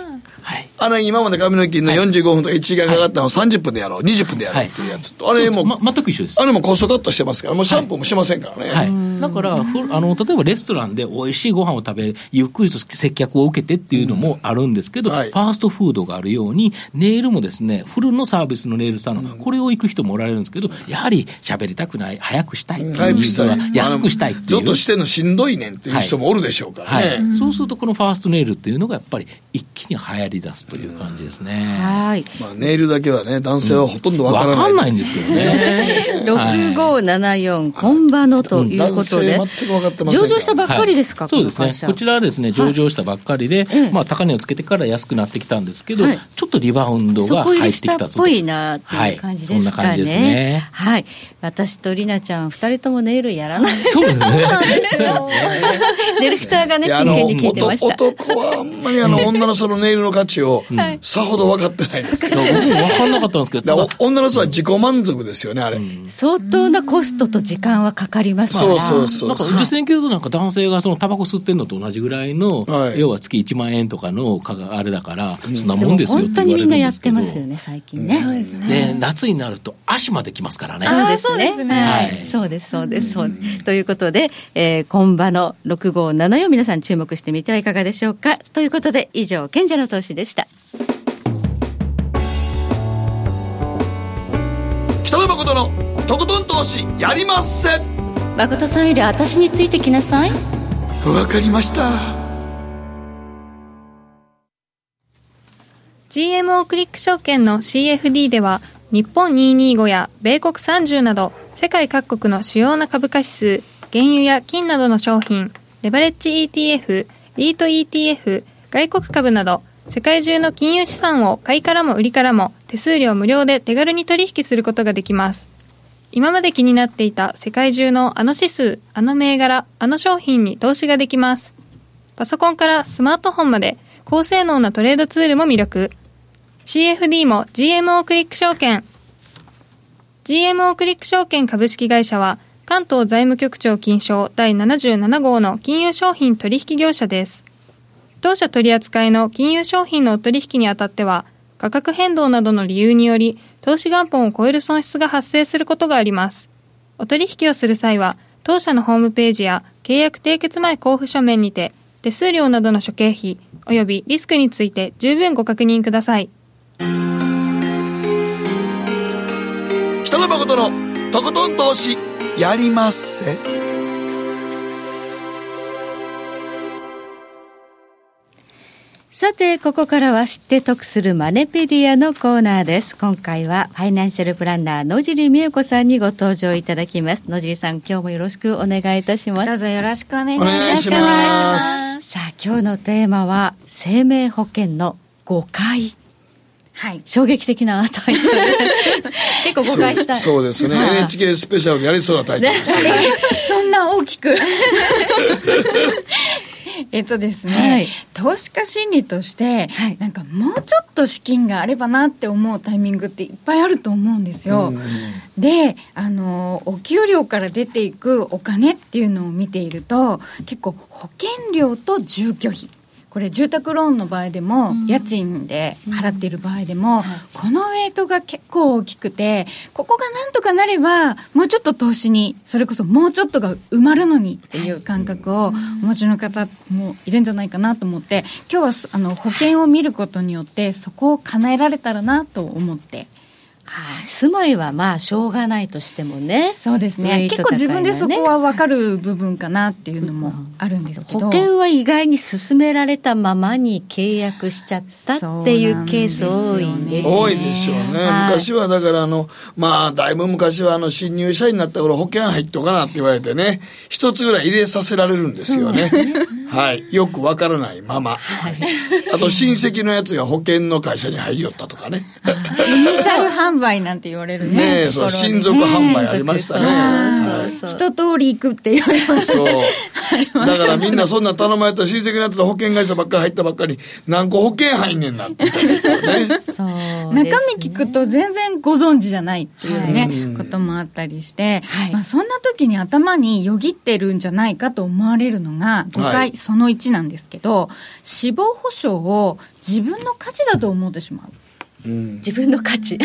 [SPEAKER 4] はい
[SPEAKER 2] あれ、今まで髪の毛切るの45分とか1時間かかったのを30分でやろう、20分でやろうっていうやつと。あれもう、
[SPEAKER 4] ま全く一緒です
[SPEAKER 2] あれもコストカットしてますから、もうシャンプーもしませんからね。
[SPEAKER 4] はい、だからふあの例えばレストランで美味しいご飯を食べゆっくりと接客を受けてっていうのもあるんですけど、
[SPEAKER 2] はい
[SPEAKER 4] ファーストフードがあるようにネイルもですねフルのサービスのネイルさんの、これを行く人もおられるんですけどやはり喋りたくない早くしたいっていう
[SPEAKER 2] 早くし
[SPEAKER 4] 人
[SPEAKER 2] た。
[SPEAKER 4] はい安くしたいって
[SPEAKER 2] ちょっ
[SPEAKER 4] いう
[SPEAKER 2] と。してんのしんどいねんっていう人もおるでしょうから
[SPEAKER 4] は
[SPEAKER 2] ね。
[SPEAKER 4] い、そうするとこのファーストネイルっていうのがやっぱり一気に流行り出すという感じですね。
[SPEAKER 3] はい。
[SPEAKER 2] まあ、ネイルだけはね、男性はほとんどわ
[SPEAKER 4] わ
[SPEAKER 2] からない。
[SPEAKER 4] かんないんですけどね。
[SPEAKER 3] 6574、こんばのということで
[SPEAKER 2] 男性全く分かってませんか
[SPEAKER 3] 上
[SPEAKER 2] ら
[SPEAKER 3] 場したばっかりですか、
[SPEAKER 4] はいそうですね
[SPEAKER 3] 会社
[SPEAKER 4] こちらはですね上場したばっかりで、まあ、高値をつけてから安くなってきたんですけど、
[SPEAKER 3] はい
[SPEAKER 4] ちょっとリバウンド
[SPEAKER 3] そ
[SPEAKER 4] が
[SPEAKER 3] こ入
[SPEAKER 4] 入
[SPEAKER 3] り
[SPEAKER 4] ってき
[SPEAKER 3] した
[SPEAKER 4] た
[SPEAKER 3] っ
[SPEAKER 4] と
[SPEAKER 3] ぽいなっていう感じです
[SPEAKER 4] は
[SPEAKER 3] か
[SPEAKER 4] い、そんな感じです
[SPEAKER 3] ね
[SPEAKER 4] ね。
[SPEAKER 3] はい。私とりなちゃん、二人ともネイルやらない。
[SPEAKER 4] (laughs)
[SPEAKER 3] (laughs)
[SPEAKER 4] そうですね
[SPEAKER 3] ディレクターがね、
[SPEAKER 2] いやあ
[SPEAKER 3] 真
[SPEAKER 2] の
[SPEAKER 3] 剣に聞いて
[SPEAKER 2] 男
[SPEAKER 3] ました。
[SPEAKER 2] 男はあんまりあの女の人のネイルの価値をさほど分かってないですけど、
[SPEAKER 4] 僕も分かんなかったんですけ
[SPEAKER 2] だ
[SPEAKER 4] ど
[SPEAKER 2] からお
[SPEAKER 4] ただ
[SPEAKER 2] 女の人は自己満足ですよね、あれ。
[SPEAKER 3] 相当なコストと時間はかかりますから。
[SPEAKER 2] そうそうそ
[SPEAKER 4] な
[SPEAKER 2] うん
[SPEAKER 4] か。実践給付なんか男性がそのタバコ吸ってんのと同じぐらいの、
[SPEAKER 2] はい
[SPEAKER 4] 要は月1万円とかの価格あれだから、そんなもんですよっ
[SPEAKER 3] 本
[SPEAKER 4] て
[SPEAKER 3] 当
[SPEAKER 4] 言
[SPEAKER 3] に
[SPEAKER 4] わ
[SPEAKER 3] み
[SPEAKER 4] れる
[SPEAKER 3] ん
[SPEAKER 4] ん
[SPEAKER 3] なや
[SPEAKER 4] で
[SPEAKER 3] っ
[SPEAKER 4] すけ
[SPEAKER 3] て
[SPEAKER 4] ど
[SPEAKER 3] ますよね、最近ね。そうですね。
[SPEAKER 4] で夏になると足まで来ますからね
[SPEAKER 3] そうですね。はい。そうです、そうです、そうです。ということで、えー、今場の6574皆さん注目してみてはいかがでしょうか。ということで、以上、賢者の投資でした。
[SPEAKER 2] 北野誠のとことん投資やりまっせ
[SPEAKER 3] 誠さんより私についてきなさい。
[SPEAKER 2] わかりました。
[SPEAKER 1] GMO クリック証券の CFD では日本225や米国30など世界各国の主要な株価指数原油や金などの商品レバレッジ ETF リート ETF 外国株など世界中の金融資産を買いからも売りからも手数料無料で手軽に取引することができます今まで気になっていた世界中のあの指数あの銘柄あの商品に投資ができますパソコンからスマートフォンまで高性能なトレードツールも魅力 CFD も GMO クリック証券 GMO クリック証券株式会社は関東財務局長金賞第77号の金融商品取引業者です当社取扱いの金融商品のお取引にあたっては価格変動などの理由により投資元本を超える損失が発生することがありますお取引をする際は当社のホームページや契約締結前交付書面にて手数料などの諸経費及びリスクについて十分ご確認ください
[SPEAKER 2] 北野誠のとことん投資やりまっせ
[SPEAKER 3] さて、ここからは知って得するマネペディアのコーナーです。今回はファイナンシャルプランナー野尻美恵子さんにご登場いただきます。野尻さん、今日もよろしくお願いいたします。
[SPEAKER 6] どうぞよろしくお願いい
[SPEAKER 2] お願
[SPEAKER 6] た
[SPEAKER 2] い
[SPEAKER 6] し
[SPEAKER 2] し
[SPEAKER 6] ま。
[SPEAKER 2] ますす。
[SPEAKER 3] さあ、今日のテーマは生命保険の誤解。
[SPEAKER 6] はい。
[SPEAKER 3] 衝撃的なタイトル。
[SPEAKER 6] (laughs)
[SPEAKER 3] 結構誤解したい。
[SPEAKER 2] そうそうですね。
[SPEAKER 3] はい
[SPEAKER 2] NHK スペシャルやりそうなタイトルですね。
[SPEAKER 6] そんな大きく。えっとですね、
[SPEAKER 3] はい
[SPEAKER 6] 投資家心理として、
[SPEAKER 3] はい
[SPEAKER 6] なんかもうちょっと資金があればなって思うタイミングっていっぱいあると思うんですよ。で、あの、お給料から出ていくお金っていうのを見ていると、結構保険料と住居費。これ住宅ローンの場合でも、家賃で払っている場合でも、このウェイトが結構大きくてここがなんとかなればもうちょっと投資にそれこそもうちょっとが埋まるのにっていう感覚をお持ちの方もいるんじゃないかなと思って今日はそあの保険を見ることによってそこを叶えられたらなと思って。はい
[SPEAKER 3] 住まいはまあ、しょうがないとしてもね。
[SPEAKER 6] そうです
[SPEAKER 3] ウェ
[SPEAKER 6] ね
[SPEAKER 3] イト
[SPEAKER 6] 結構自分でそこ
[SPEAKER 3] 高いの
[SPEAKER 6] は分かる部分かなっていうのもあるんですけど
[SPEAKER 3] 保険は意外に勧められたままに契約しちゃったっていうケース多いんですね。
[SPEAKER 2] 多いでしょうね。
[SPEAKER 3] はい
[SPEAKER 2] 昔はだからあの、まあ、だいぶ昔はあの、新入社員になった頃、保険入っとかなって言われてね、一つぐらい入れさせられるんですよね。はい。よくわからないまま。あと、親戚のやつが保険の会社に入りよったとかね。
[SPEAKER 6] イニシャル販売なんて言われる
[SPEAKER 2] ね
[SPEAKER 6] ね
[SPEAKER 2] え、
[SPEAKER 6] とこ
[SPEAKER 2] そ
[SPEAKER 6] ろ
[SPEAKER 2] う、
[SPEAKER 6] で
[SPEAKER 2] 親族販売ありましたね。はい
[SPEAKER 6] はい一通り行くって言われました
[SPEAKER 2] そう。だからみんなそんな頼まれた親戚のやつの保険会社ばっかり入ったばっかり、何個保険入んねんなって言ったやつを
[SPEAKER 6] (laughs)
[SPEAKER 2] ね。
[SPEAKER 3] そう
[SPEAKER 6] 中身聞くと全然ご存知じゃないっていうね、こともあったりして、まあ、そんな時に頭によぎってるんじゃないかと思われるのが5回、
[SPEAKER 2] はい
[SPEAKER 6] その1なんですけど死亡保障を自分の価値だと思ってしまう。
[SPEAKER 3] 自分の価値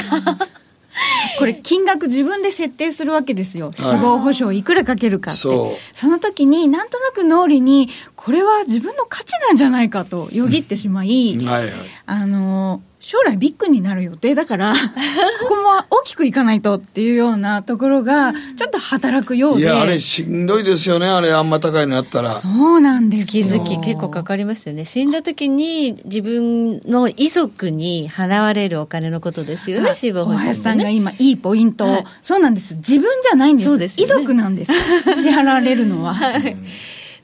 [SPEAKER 6] これ金額自分で設定するわけですよ。死亡保障いくらかけるかって。
[SPEAKER 2] そ
[SPEAKER 6] そうの時になんとなく脳裏にこれは自分の価値なんじゃないかとよぎってしまい、
[SPEAKER 2] はいはい。
[SPEAKER 6] あの将来ビッグになる予定だか
[SPEAKER 9] (laughs)
[SPEAKER 6] らここも大きくいかないとっていうようなところがちょっと働くよう
[SPEAKER 2] い
[SPEAKER 6] で
[SPEAKER 2] や、あれしんどいですよね、あれあんま高いのやったら。
[SPEAKER 6] そうなんです
[SPEAKER 3] 月
[SPEAKER 6] よ
[SPEAKER 3] 々結構かかりますよね死んだ時に自分の遺族に払われるお金のことですよね死亡
[SPEAKER 6] 大
[SPEAKER 3] 保障
[SPEAKER 6] 林
[SPEAKER 3] って
[SPEAKER 6] さんが
[SPEAKER 3] ね
[SPEAKER 6] 今いいポイントを、そうなんです自分じゃないんです
[SPEAKER 3] そうです
[SPEAKER 6] 遺
[SPEAKER 3] よね
[SPEAKER 6] 族なんです支払われるのは、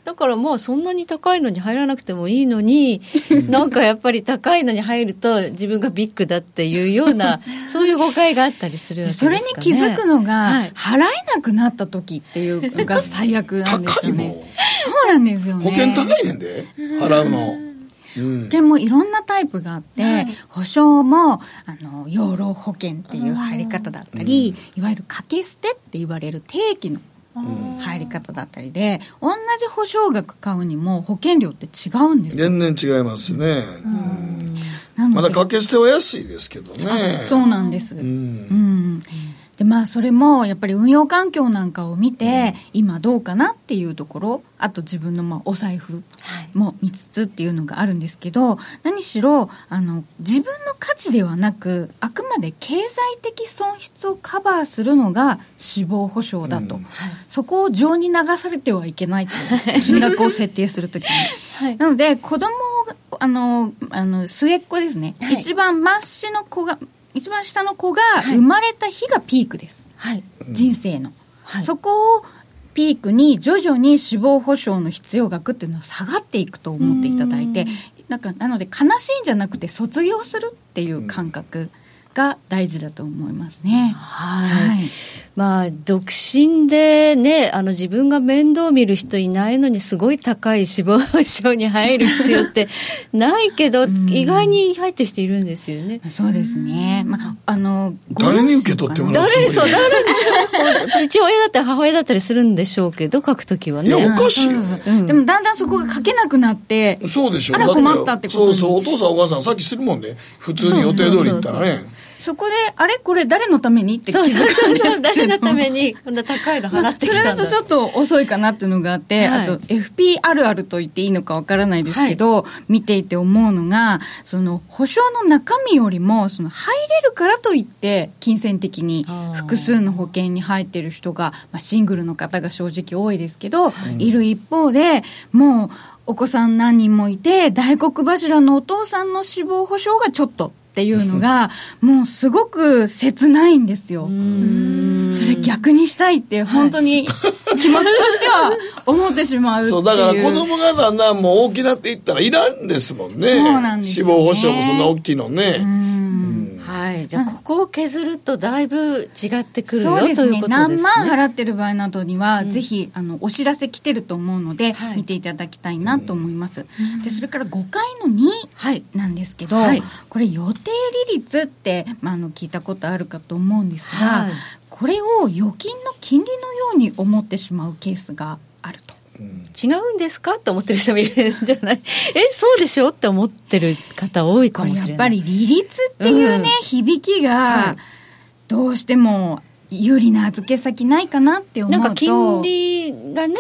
[SPEAKER 3] だからまあそんなに高いのに入らなくてもいいの
[SPEAKER 6] (laughs)
[SPEAKER 3] になんかやっぱり高いのに入ると自分がビッグだっていうようなそういう誤解があったりするわけです
[SPEAKER 6] そ
[SPEAKER 3] か、
[SPEAKER 6] れ
[SPEAKER 3] ね、
[SPEAKER 6] に気づくのが、
[SPEAKER 3] はい
[SPEAKER 6] 払えなくなった時っていうのが最悪なんです
[SPEAKER 2] (laughs) 高い
[SPEAKER 6] よ
[SPEAKER 2] も
[SPEAKER 6] ね
[SPEAKER 2] ん。
[SPEAKER 6] そうなんですよね
[SPEAKER 2] 保険高いねんで、払うの。うん
[SPEAKER 6] 保。険もいろんなタイプがあって、保証もあの養老保険っていう入り方だったり、いわゆる掛け捨てって言われる定期の入り方だったりで同じ保証額買うにも保険料って違うんですよ
[SPEAKER 2] 全然違いますね。
[SPEAKER 6] なの
[SPEAKER 2] まだ
[SPEAKER 6] で
[SPEAKER 2] 掛け捨ては安いですけどね。
[SPEAKER 6] そうなんです、
[SPEAKER 2] う。
[SPEAKER 6] うんんでまあ、それもやっぱり運用環境なんかを見て、今どうかなっていうところあと自分のまあお財布も見つつっていうのがあるんですけど何しろあの自分の価値ではなくあくまで経済的損失をカバーするのが死亡保障だと、
[SPEAKER 2] うん
[SPEAKER 6] そこを情に流されてはいけないという金額を設定すると (laughs) きに、なので子供をあのあの末っ子ですね、
[SPEAKER 3] はい
[SPEAKER 6] 一番末子の子が一番下の子が生まれた日がピークです、
[SPEAKER 3] はい
[SPEAKER 6] 人生の、
[SPEAKER 3] はい
[SPEAKER 6] そこをピークに徐々に死亡保障の必要額っていうのは下がっていくと思っていただいてなんかなので悲しいんじゃなくて卒業するっていう感覚が大事だと思いますね、
[SPEAKER 3] はいまあ、独身でね、あの自分が面倒見る人いないのにすごい高い死亡保障に入る必要って
[SPEAKER 6] (laughs)
[SPEAKER 3] ないけど、意外に入ってる人いるんですよね。
[SPEAKER 6] そうですね、まあ、あの
[SPEAKER 2] 誰に受け取ってもらうつも
[SPEAKER 3] 誰
[SPEAKER 2] り
[SPEAKER 3] に、そう、誰に、こう父親だったり母親だったりするんでしょうけど、書くときはね。
[SPEAKER 2] いやおかしいよね
[SPEAKER 6] そうそうそうでもだんだんそこが書けなくなって、
[SPEAKER 2] そうでしょ
[SPEAKER 6] あら
[SPEAKER 2] だよ
[SPEAKER 6] 困ったってこと
[SPEAKER 2] そう
[SPEAKER 6] に
[SPEAKER 2] そう、お父さんお母さんさっきするもんね。普通に予定通り行ったらね。
[SPEAKER 6] そこで、あれこれ誰のためにって気
[SPEAKER 3] そうそう
[SPEAKER 6] づくん
[SPEAKER 3] そう
[SPEAKER 6] ですけど
[SPEAKER 3] そう、誰のためにこんな高いの払ってき
[SPEAKER 6] それ
[SPEAKER 3] た
[SPEAKER 6] だ
[SPEAKER 3] んだ
[SPEAKER 6] とちょっと遅いかなっていうのがあって、
[SPEAKER 3] はい
[SPEAKER 6] あと FP あるあると言っていいのかわからないですけど、見ていて思うのが、その保証の中身よりも、その入れるからといって、金銭的に
[SPEAKER 3] あー
[SPEAKER 6] 複数の保険に入ってる人が、まあ、シングルの方が正直多いですけど、い、る一方で、もう、お子さん何人もいて、大黒柱のお父さんの死亡保障がちょっと。っていうのが、もうすごく切ないんですよ。それ逆にしたいって、本当に気持ちとしては思ってしまうっていう。
[SPEAKER 2] そう、だから子供がだんだんもう大きなっていったらいらんですもんね。
[SPEAKER 6] そうなんです
[SPEAKER 2] 死
[SPEAKER 6] よね
[SPEAKER 2] 亡保障もそんな大きいのね。
[SPEAKER 3] はい。じゃあ、ここを削るとだいぶ違ってくるよ
[SPEAKER 6] そうです
[SPEAKER 3] という
[SPEAKER 6] ね
[SPEAKER 3] ことですね。
[SPEAKER 6] 何万払ってる場合などには、ぜひあのお知らせ来てると思うので、
[SPEAKER 3] はい
[SPEAKER 6] 見ていただきたいなと思います、でそれから5回の2なんですけど、
[SPEAKER 3] はい
[SPEAKER 6] これ予定利率って、まあ、あの聞いたことあるかと思うんですが、
[SPEAKER 3] はい
[SPEAKER 6] これを預金の金利のように思ってしまうケースがあると。
[SPEAKER 3] 違うんですかって思ってる人もいるんじゃないえ、そうでしょって思ってる方多いか
[SPEAKER 6] これ
[SPEAKER 3] も
[SPEAKER 6] や
[SPEAKER 3] し
[SPEAKER 6] っ
[SPEAKER 3] れな
[SPEAKER 6] ぱ
[SPEAKER 3] い。
[SPEAKER 6] り利率っていうね、
[SPEAKER 3] うん
[SPEAKER 6] 響き
[SPEAKER 3] はい
[SPEAKER 6] がどうしても有利な預け先ないかなって思うと
[SPEAKER 3] なんか金利がね、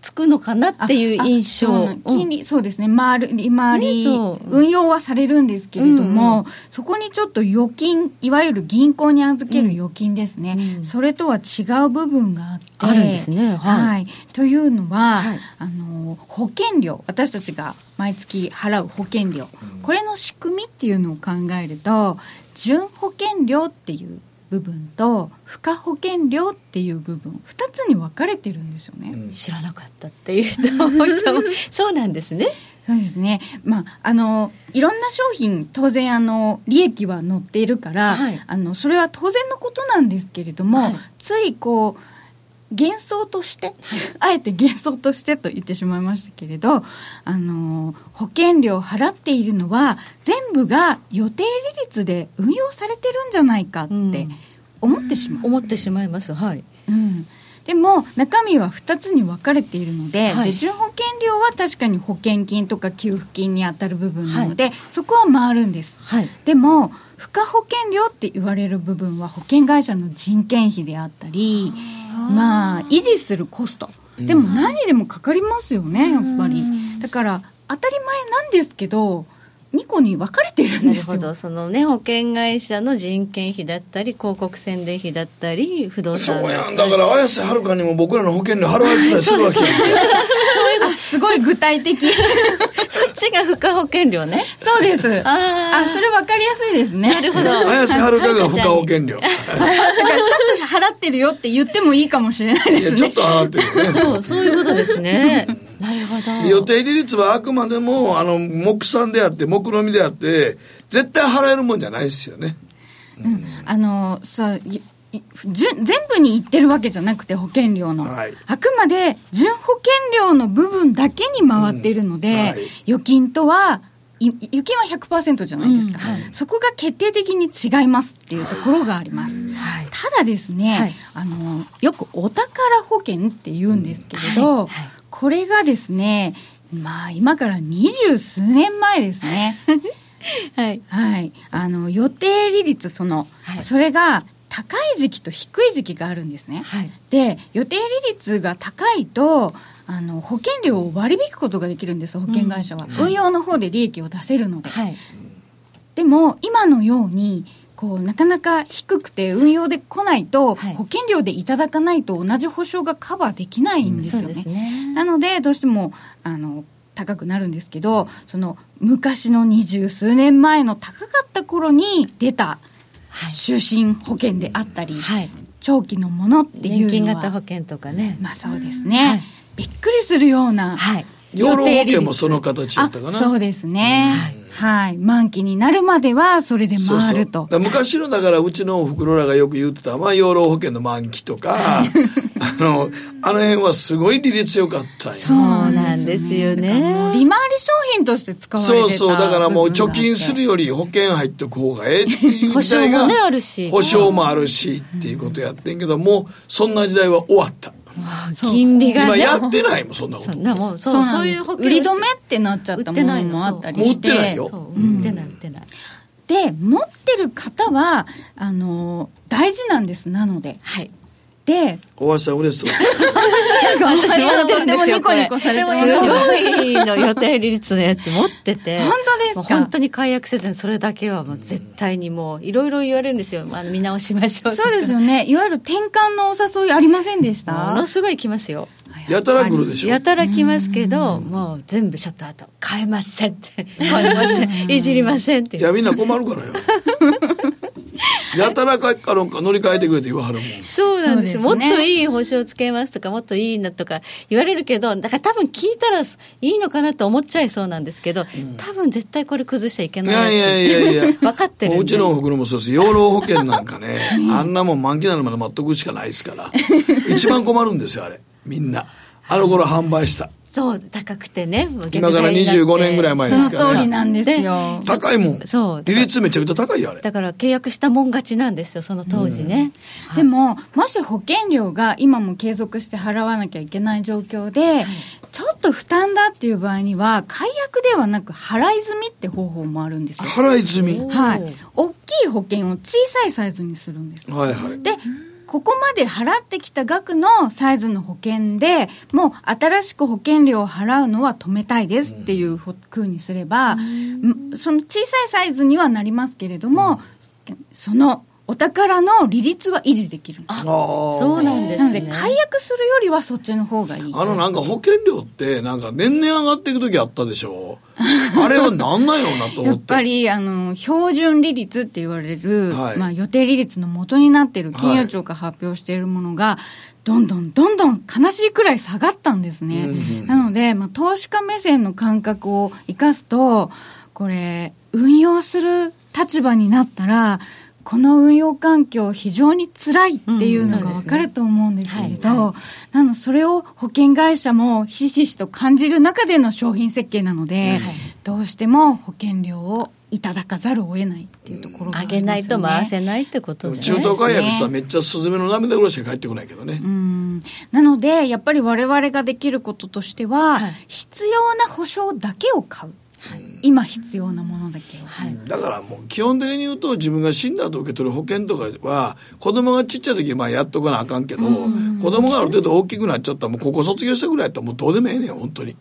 [SPEAKER 3] つくのかなっていう
[SPEAKER 6] あ
[SPEAKER 3] 印
[SPEAKER 6] そう
[SPEAKER 3] 象。
[SPEAKER 6] なの金利、そうですね回る利回
[SPEAKER 3] ね
[SPEAKER 6] り、
[SPEAKER 3] そう
[SPEAKER 6] 運用はされるんですけれども、
[SPEAKER 3] うんう
[SPEAKER 6] そこにちょっと預金いわゆる銀行に預ける預金ですね、
[SPEAKER 3] うん
[SPEAKER 6] それとは違う部分があって
[SPEAKER 3] あるんですねはい
[SPEAKER 6] はいというのは、
[SPEAKER 3] はい
[SPEAKER 6] あの保険料私たちが毎月払う保険料、これの仕組みっていうのを考えると準保険料っていう部分と付加保険料っていう部分2つに分かれてるんですよね、
[SPEAKER 3] 知らなかったっていう人もいたもそうなんですね
[SPEAKER 6] そうですね、まあ、あのいろんな商品当然あの利益は載っているから、
[SPEAKER 3] はい
[SPEAKER 6] あのそれは当然のことなんですけれども、
[SPEAKER 3] はい
[SPEAKER 6] ついこう幻想として、 (laughs) あえて幻想としてと言ってしまいましたけれどあの保険料を払っているのは全部が予定利率で運用されてるんじゃない (laughs) かっ
[SPEAKER 3] うん
[SPEAKER 6] て思ってしまう。
[SPEAKER 3] 思ってしまいますはい
[SPEAKER 6] うんでも中身は2つに分かれているので,、
[SPEAKER 3] はい
[SPEAKER 6] で準保険料は確かに保険金とか給付金に当たる部分なので、そこは回るんです、
[SPEAKER 3] はい
[SPEAKER 6] でも付加保険料って言われる部分は保険会社の人件費であったりまあ維持するコストでも何にでもかかりますよね、やっぱりだから当たり前なんですけど2個に分かれてるん
[SPEAKER 3] なる
[SPEAKER 6] です
[SPEAKER 3] ほ
[SPEAKER 6] よ
[SPEAKER 3] どそのね保険会社の人件費だったり広告宣伝費だったり不動
[SPEAKER 2] そ
[SPEAKER 3] 産
[SPEAKER 2] う
[SPEAKER 3] だっ
[SPEAKER 2] や
[SPEAKER 3] た
[SPEAKER 2] ん。
[SPEAKER 3] り
[SPEAKER 2] だから、綾瀬はるかにも僕らの保険料払われてたりするわけですよ。
[SPEAKER 6] あすごい具
[SPEAKER 3] (laughs)
[SPEAKER 6] 体的
[SPEAKER 3] そっちが付加保険料ね
[SPEAKER 6] そうですあ
[SPEAKER 3] あー
[SPEAKER 6] それ分かりやすいですね
[SPEAKER 3] なるほど
[SPEAKER 2] 綾瀬はるかが付加保険料。
[SPEAKER 6] だからちょっと払ってるよって言ってもいいかもしれない
[SPEAKER 2] い
[SPEAKER 6] で
[SPEAKER 2] や、
[SPEAKER 6] す
[SPEAKER 2] ちょっ
[SPEAKER 6] ね。
[SPEAKER 2] と払ってる
[SPEAKER 6] (laughs)
[SPEAKER 2] よね。
[SPEAKER 3] そうそういうことですねなるほど
[SPEAKER 2] 予定利率はあくまでも、あの、目算であって、目論見であって、絶対払えるもんじゃないですよね。
[SPEAKER 6] うんあのさいいじゅ全部に言ってるわけじゃなくて保険料の、
[SPEAKER 2] はい
[SPEAKER 6] あくまで準保険料の部分だけに回っているので、
[SPEAKER 2] うんはい
[SPEAKER 6] 預金とはい預金は100%じゃないですか、そこが決定的に違いますっていうところがあります、
[SPEAKER 3] はい
[SPEAKER 6] ただですね、
[SPEAKER 3] はい
[SPEAKER 6] あのよくお宝保険って言うんですけれど、
[SPEAKER 3] うんはいはい
[SPEAKER 6] これがですねまあ今から二十数年前ですね
[SPEAKER 3] はい
[SPEAKER 6] はいあの予定利率その、
[SPEAKER 3] はい
[SPEAKER 6] それが高い時期と低い時期があるんですね、
[SPEAKER 3] はい
[SPEAKER 6] で予定利率が高いとあの保険料を割り引くことができるんです保険会社は、運用の方で利益を出せるので、
[SPEAKER 3] はい
[SPEAKER 6] でも今のようにこうなかなか低くて運用で来ないと、
[SPEAKER 3] はい
[SPEAKER 6] 保険料でいただかないと同じ保証がカバーできないんです
[SPEAKER 3] そ
[SPEAKER 6] よ
[SPEAKER 3] う
[SPEAKER 6] ね。
[SPEAKER 3] ですね
[SPEAKER 6] なのでどうしてもあの高くなるんですけどその昔の二十数年前の高かった頃に出た終身保険であったり、
[SPEAKER 3] はい
[SPEAKER 6] 長期のものっていうの
[SPEAKER 3] 年金
[SPEAKER 6] は
[SPEAKER 3] 型保険とかね、
[SPEAKER 6] まあそうですね、
[SPEAKER 3] はい
[SPEAKER 6] びっくりするような
[SPEAKER 3] はい
[SPEAKER 2] 養老保険も
[SPEAKER 6] の
[SPEAKER 2] その形だったかな。
[SPEAKER 6] そうですね、はい満期になるまではそれで
[SPEAKER 2] そうそう
[SPEAKER 6] 回ると
[SPEAKER 2] だから昔のだからうちのおふくろらがよく言ってた、まあ、養老保険の満期と
[SPEAKER 6] (laughs)
[SPEAKER 2] か、あの、あの辺はすごい利率良かったんや。
[SPEAKER 3] そうなんですよ
[SPEAKER 6] だからもう
[SPEAKER 3] ね
[SPEAKER 6] 利回り商品として使われてた
[SPEAKER 2] そうそう、だからもう貯金する
[SPEAKER 6] よ
[SPEAKER 2] より保険入っとく方がええっていう
[SPEAKER 3] (laughs) 保
[SPEAKER 2] 時代
[SPEAKER 3] 証も
[SPEAKER 2] が
[SPEAKER 3] ね、あるし
[SPEAKER 2] 保証もあるしっていうことやってんけど、もうそんな時代は終わった。
[SPEAKER 3] 金利が
[SPEAKER 2] 今
[SPEAKER 3] ね
[SPEAKER 2] やってないもん、そんなこ
[SPEAKER 3] そ
[SPEAKER 2] と
[SPEAKER 3] ん。なもん
[SPEAKER 6] そ
[SPEAKER 3] そうう
[SPEAKER 6] そ
[SPEAKER 3] そうう
[SPEAKER 6] い
[SPEAKER 3] いうう保
[SPEAKER 6] 保険
[SPEAKER 3] 険
[SPEAKER 6] 売り止めってなっちゃったものもあったりして
[SPEAKER 2] 売ってないよ
[SPEAKER 3] そう売ってない売ってない
[SPEAKER 6] で持ってる方はあの大事なんですなので
[SPEAKER 3] はい
[SPEAKER 6] で
[SPEAKER 2] 大橋さん嬉し
[SPEAKER 3] (laughs)
[SPEAKER 2] そう。
[SPEAKER 3] 私持ってるんですよ
[SPEAKER 6] とってもニコニコされて
[SPEAKER 3] こ
[SPEAKER 6] ます
[SPEAKER 3] れすごいの予定利率のやつ持ってて
[SPEAKER 6] 本当です
[SPEAKER 3] も
[SPEAKER 6] か
[SPEAKER 3] う本当に解約せずにそれだけはもう絶対にもういろいろ言われるんですよあの見直しましょうとか
[SPEAKER 6] そうですよねいわゆる転換のお誘いありませんでし
[SPEAKER 3] も
[SPEAKER 6] た
[SPEAKER 3] のすごい来ますよ
[SPEAKER 2] やたら来るでしょ
[SPEAKER 3] や。たら来ますけどもう全部シャットアウト買えませんって買えませ
[SPEAKER 2] (laughs)
[SPEAKER 3] んいじりませんって
[SPEAKER 2] いや、みんな困るから
[SPEAKER 3] (laughs)
[SPEAKER 2] よ。やたらかあの乗り換えてくれって言わはるも
[SPEAKER 3] (laughs)
[SPEAKER 2] ん。
[SPEAKER 3] そうなんですよ
[SPEAKER 6] そうですね
[SPEAKER 3] もっといい保証つけますとか、もっといいなとか言われるけど、だから多分聞いたらいいのかなと思っちゃいそうなんですけど、多分絶対これ崩しちゃいけない
[SPEAKER 2] いやいやいや
[SPEAKER 3] や
[SPEAKER 2] いや。
[SPEAKER 3] (laughs) 分かってるんで
[SPEAKER 2] もううちのおふくろもそうです。養老保険なんかね、あんなもん満期なるまで待っとくしかないですから。一番困るんですよ、あれ。みんな。あの頃販売した。
[SPEAKER 3] つそう、高くてね、もう
[SPEAKER 2] 今から25年ぐらい前
[SPEAKER 6] そ
[SPEAKER 2] で
[SPEAKER 6] の
[SPEAKER 2] すから
[SPEAKER 6] 通り
[SPEAKER 2] ね。
[SPEAKER 6] なんですよ
[SPEAKER 2] 高いもん。
[SPEAKER 3] そう
[SPEAKER 2] 利率めちゃくちゃ高いよ、あれ。
[SPEAKER 3] だから契約したもん勝ちなんですよ、その当時ね。
[SPEAKER 6] でも、もし保険料が今も継続して払わなきゃいけない状況で、ちょっと負担だっていう場合には、解約ではなく、払い済みって方法もあるんですよ。
[SPEAKER 2] 払い済み。は
[SPEAKER 6] はい。大きい保険を小さいサイズにするんです。
[SPEAKER 2] いはい。
[SPEAKER 6] で、ここまで払ってきた額のサイズの保険でもう新しく保険料を払うのは止めたいですっていうふうにすれば、んその小さいサイズにはなりますけれども、そのお宝の利率は維持できるんです
[SPEAKER 3] そうなんです
[SPEAKER 6] なの
[SPEAKER 3] ね
[SPEAKER 6] で解約するよりはそっちの方がいい
[SPEAKER 2] あのなんか保険料ってなんか年々上がっていく時あったでしょあれはなんないようなと
[SPEAKER 6] や
[SPEAKER 2] 思っ。
[SPEAKER 6] ってぱりあの標準利率って言われる、
[SPEAKER 2] はい
[SPEAKER 6] まあ、予定利率の元になっている金融庁が発表しているものが、どんどんどんどん悲しいくらい下がったんですね、なので、まあ、投資家目線の感覚を生かすとこれ運用する立場になったらこの運用環境非常に辛いっていうのが分かると思うんですけれど、なのそれを保険会社もひしひしと感じる中での商品設計なので、どうしても保険料をいただかざるを得ないっていうところがあ
[SPEAKER 3] 上げ
[SPEAKER 6] りますよね。
[SPEAKER 3] ないと回せないってことです
[SPEAKER 2] 中
[SPEAKER 3] ね。
[SPEAKER 2] 東解約したらめっちゃスズメの涙ぐらいしか返ってこないけどね。
[SPEAKER 6] うんなのでやっぱり我々ができることとしては、必要な保証だけを買う、今必要なものだけを、
[SPEAKER 2] だからもう基本的に言うと自分が死んだ後受け取る保険とかは子供がちっちゃい時まあやっとかなあかんけど、子供がある程度大きくなっちゃったらもう高校卒業したぐらいやったらもうどうでもええねん本当に。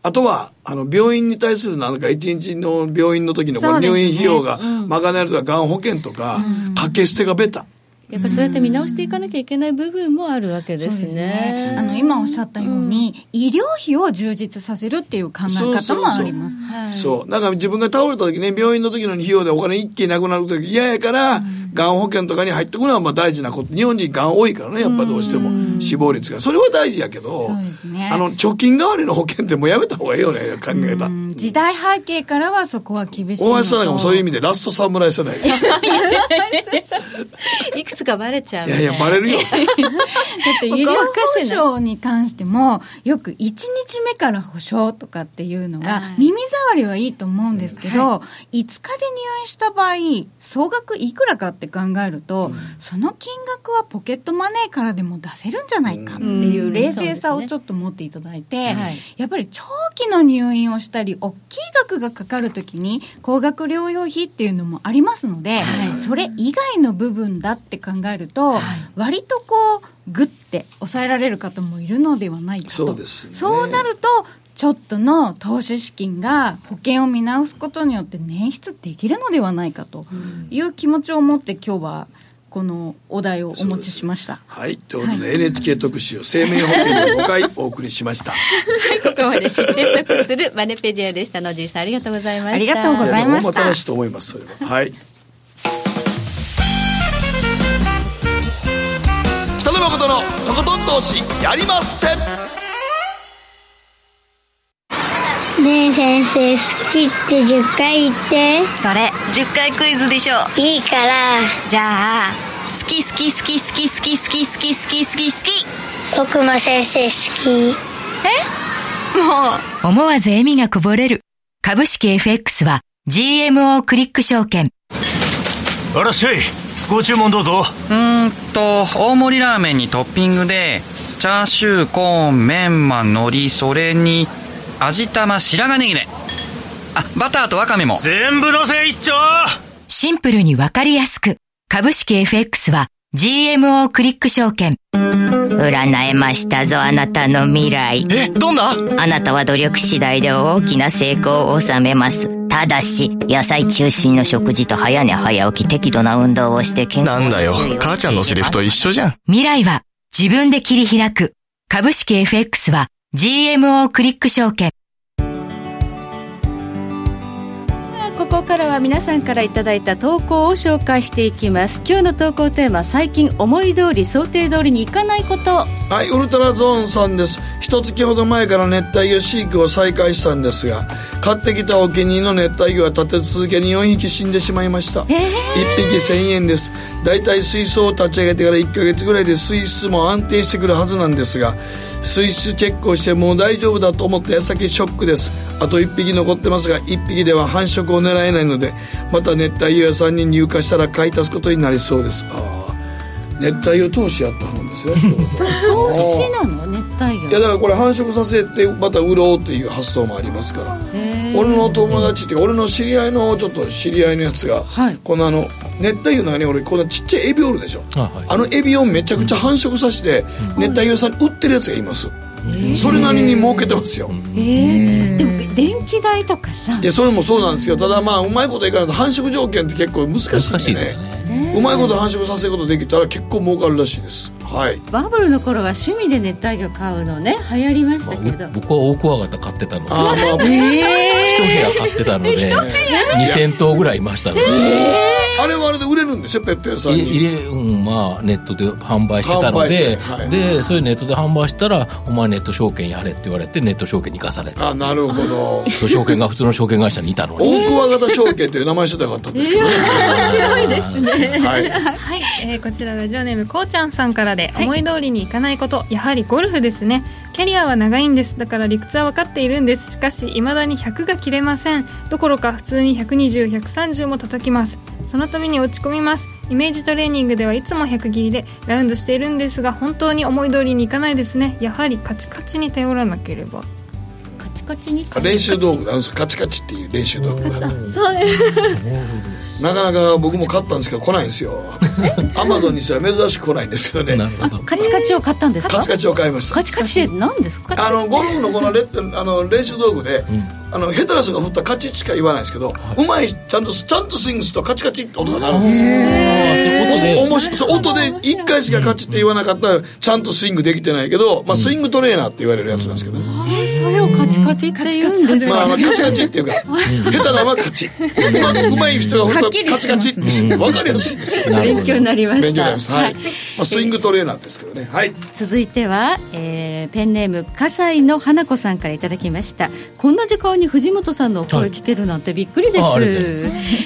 [SPEAKER 2] あとは、あの、病院に対するなんか、一日の病院の時のこ
[SPEAKER 3] そ
[SPEAKER 2] れ
[SPEAKER 3] うです
[SPEAKER 2] 入
[SPEAKER 3] ね
[SPEAKER 2] 院費用が賄えるとか、がん保険とか、掛け捨てがベタ。
[SPEAKER 3] やっぱりそうやって見直していかなきゃいけない部分もあるわけですね。
[SPEAKER 6] あの今おっしゃったように、医療費を充実させるっていう考え
[SPEAKER 2] そう
[SPEAKER 6] 方
[SPEAKER 2] そう
[SPEAKER 6] も
[SPEAKER 2] そう
[SPEAKER 6] あります
[SPEAKER 2] そう。だから自分が倒れた時ね、病院の時の費用でお金一気になくなる時嫌やから、がん保険とかに入ってくるのはまあ大事なこと。日本人がん多いからね、やっぱどうしても死亡率が。それは大事やけど、
[SPEAKER 6] そうですね
[SPEAKER 2] あの、貯金代わりの保険ってもうやめた方がいいよね、考えた。
[SPEAKER 6] うん時代背景からはそこは厳しいのと
[SPEAKER 2] 大橋さんなんかもそういう意味でラストサムライ世代。い
[SPEAKER 3] いくつかバレちゃうね。
[SPEAKER 2] やいや、バレるよ。
[SPEAKER 6] だって医療保障に関してもよく1日目から保障とかっていうのが耳障りはいいと思うんですけど、5日で入院した場合総額いくらかって考えると、その金額はポケットマネーからでも出せるんじゃないかっていう冷静さをちょっと持っていただいて、
[SPEAKER 3] はい
[SPEAKER 6] やっぱり長期の入院をしたり大きい額がかかるときに高額療養費っていうのもありますので、それ以外の部分だって考えると、割とこうグッて抑えられる方もいるのではないかと
[SPEAKER 2] そうですね
[SPEAKER 6] そうなるとちょっとの投資資金が保険を見直すことによって捻出できるのではないかという気持ちを持って今日はこのお題をお持ちしました。
[SPEAKER 2] はい。ということで、NHK 特集、生命保険の5回お送りしました。
[SPEAKER 3] はい、ここまで知って得するマネペディアでした。野尻さん、ありがとうございました。
[SPEAKER 6] ありがとうございまし
[SPEAKER 2] いや
[SPEAKER 6] た
[SPEAKER 2] でも新しいと思います、それは。はい。北野誠のとことん投資やりません
[SPEAKER 8] ねえ先生好きって10回言って
[SPEAKER 7] それ、10回クイズでしょ。
[SPEAKER 8] いいから
[SPEAKER 7] じゃあ、好き好き好き好き好き好き好き好き好き好き。
[SPEAKER 8] 僕も先生好き
[SPEAKER 7] 思わず笑みがこぼれる。株式 FX は GMO クリック証券。
[SPEAKER 9] あらっしゃいご注文どうぞ
[SPEAKER 10] うーんと大盛りラーメンにトッピングでチャーシューコーンメンマ海苔それに味玉白髪ネギねあバターとわかめも
[SPEAKER 9] 全部のせ一丁
[SPEAKER 7] シンプルにわかりやすく。株式 FX は GMO クリック証券。
[SPEAKER 5] 占えましたぞ、あなたの未来。
[SPEAKER 9] えどんな
[SPEAKER 5] あなたは努力次第で大きな成功を収めます。ただし、野菜中心の食事と早寝早起き適度な運動をして健康
[SPEAKER 11] なんだよ、母ちゃんのセリフと一緒じゃん。
[SPEAKER 7] 未来は自分で切り開く。株式 FX は GMO クリック証券。
[SPEAKER 3] ここからは皆さんからいただいた投稿を紹介していきます今日の投稿テーマ最近思い通り想定通りにいかないこと
[SPEAKER 2] はい、ウルトラゾーンさんです。一月ほど前から熱帯魚飼育を再開したんですが、買ってきたお気に入りの熱帯魚は立て続けに4匹死んでしまいました。1匹1000円です。だいたい水槽を立ち上げてから1ヶ月ぐらいで水質も安定してくるはずなんですが、水質チェックをしてもう大丈夫だと思った矢先ショックです。あと1匹残ってますが、1匹では繁殖を狙えないので、また熱帯魚屋さんに入荷したら買い足すことになりそうです。あー熱帯魚投資やったんですよ。
[SPEAKER 3] 投資なの熱帯
[SPEAKER 2] いや
[SPEAKER 3] 魚
[SPEAKER 2] だからこれ繁殖させてまた売ろうという発想もありますから
[SPEAKER 3] へ
[SPEAKER 2] 俺の友達っていうか俺の知り合いのちょっと知り合いのやつが、
[SPEAKER 3] はい
[SPEAKER 2] このあの熱帯魚の中に俺こんなちっちゃいエビおるでしょ
[SPEAKER 4] あはい
[SPEAKER 2] あのエビをめちゃくちゃ繁殖させて熱帯魚さんに売ってるやつがいます、それなりに儲けてますよ、
[SPEAKER 3] えーでも電気代とかさ
[SPEAKER 2] いやそれもそうなんですけどただまあうまいこといかないと繁殖条件って結構難しいんでね
[SPEAKER 4] 難しいですよね
[SPEAKER 2] うまいこと繁殖させることできたら結構儲かるらしいですはい
[SPEAKER 3] バブルの頃は趣味で熱帯魚買うのね流行りましたけど、
[SPEAKER 4] 僕は大クワガタ飼ってたので、
[SPEAKER 2] あーまあ
[SPEAKER 4] 一部屋買ってたので、2000頭ぐらいいましたので、
[SPEAKER 2] あれはあれで売れるんでしょペット屋さん
[SPEAKER 4] い
[SPEAKER 2] に
[SPEAKER 4] 入れ、うん、まあ、ネットで販売してた
[SPEAKER 2] 販
[SPEAKER 4] の
[SPEAKER 2] 売して
[SPEAKER 4] で、
[SPEAKER 2] はい
[SPEAKER 4] で、それネットで販売したら、お前ネット証券やれって言われて、ネット証券に行かされた。
[SPEAKER 2] あなるほど
[SPEAKER 4] 証券が普通の証券会社にいたのに。
[SPEAKER 2] 大クワガタ証券っていう名前してたらよかったんですけどね
[SPEAKER 3] 白いですね
[SPEAKER 2] はい
[SPEAKER 1] はい、えーこちらラジオネームこうちゃんさんからで、思い通りにいかないことやはりゴルフですねキャリアは長いんですだから理屈は分かっているんですしかしいまだに100が切れませんどころか普通に120130も叩きますそのために落ち込みますイメージトレーニングではいつも100切りでラウンドしているんですが本当に思い通りにいかないですねやはりカチカチに頼らなければ
[SPEAKER 3] カチカチに
[SPEAKER 2] 練習道具あのカチカチっていう練習道具があって
[SPEAKER 3] そう
[SPEAKER 2] なかなか僕も買ったんですけど来ないんですよアマゾンにしたら珍しく来ないんですけどね
[SPEAKER 3] カチカチを買ったんですか
[SPEAKER 2] カチカチを買いました
[SPEAKER 3] カチカチって何ですか
[SPEAKER 2] あのゴルフのこのレッあの練習道具で、あの下手な人が振ったらカチッしか言わないですけど、うまいちゃんとちゃんとスイングするとカチカチって音が鳴るんですよ。おもしそう音で一回しかカチって言わなかったらちゃんとスイングできてないけど、まあ、スイングトレーナーって言われるやつなんですけどね、
[SPEAKER 3] えそれをカチカチって言うんです
[SPEAKER 2] まあ、
[SPEAKER 3] か
[SPEAKER 2] まあカチカチっていうか下手なのはカチうまうまい人が振ったらカチカチって分かりやすいんですよ
[SPEAKER 4] なるほ
[SPEAKER 3] 勉
[SPEAKER 4] ど
[SPEAKER 3] 強になりま
[SPEAKER 2] 勉強
[SPEAKER 3] し
[SPEAKER 2] にな
[SPEAKER 3] た
[SPEAKER 2] ります、はいまあ、スイングトレーナーですけどねはい
[SPEAKER 3] 続いては、えーペンネーム笠井の花子さんからいただきましたこんな時間に藤本さんのお声聞けるなんてびっくりです、
[SPEAKER 4] あありがとうご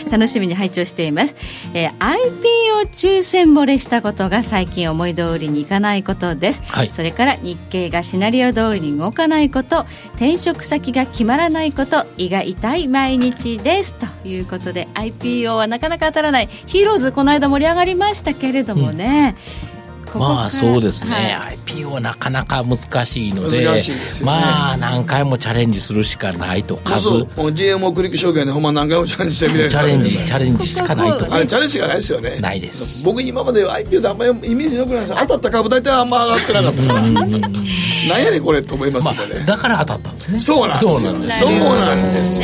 [SPEAKER 4] ざ
[SPEAKER 3] 楽しみに拝聴しています、えー IPO 抽選漏れしたことが最近思い通りにいかないことです、
[SPEAKER 4] はい
[SPEAKER 3] それから日経がシナリオ通りに動かないこと転職先が決まらないこと胃が痛い毎日ですということで IPO はなかなか当たらないヒーローズこの間盛り上がりましたけれどもね、ここから
[SPEAKER 4] まあそうですね、
[SPEAKER 3] はい
[SPEAKER 4] IPO はなかなか難しいので
[SPEAKER 2] 難しいですよね
[SPEAKER 4] まあ何回もチャレンジするしかないと数
[SPEAKER 2] そうもう GMO クリック証券でほんま何回もチャレンジしてみたいな
[SPEAKER 4] チャレンジチャレンジしかないと
[SPEAKER 2] あれチャレンジがないですよね
[SPEAKER 4] ないです
[SPEAKER 2] 僕今まで IPO であんまりイメージなくないです当たった株大体あんま上がってなかったからなんやねんこれと思いますよね、
[SPEAKER 4] だから当たったんですね
[SPEAKER 2] そうなんです
[SPEAKER 4] そう
[SPEAKER 2] よ
[SPEAKER 4] なんです
[SPEAKER 2] そうなんです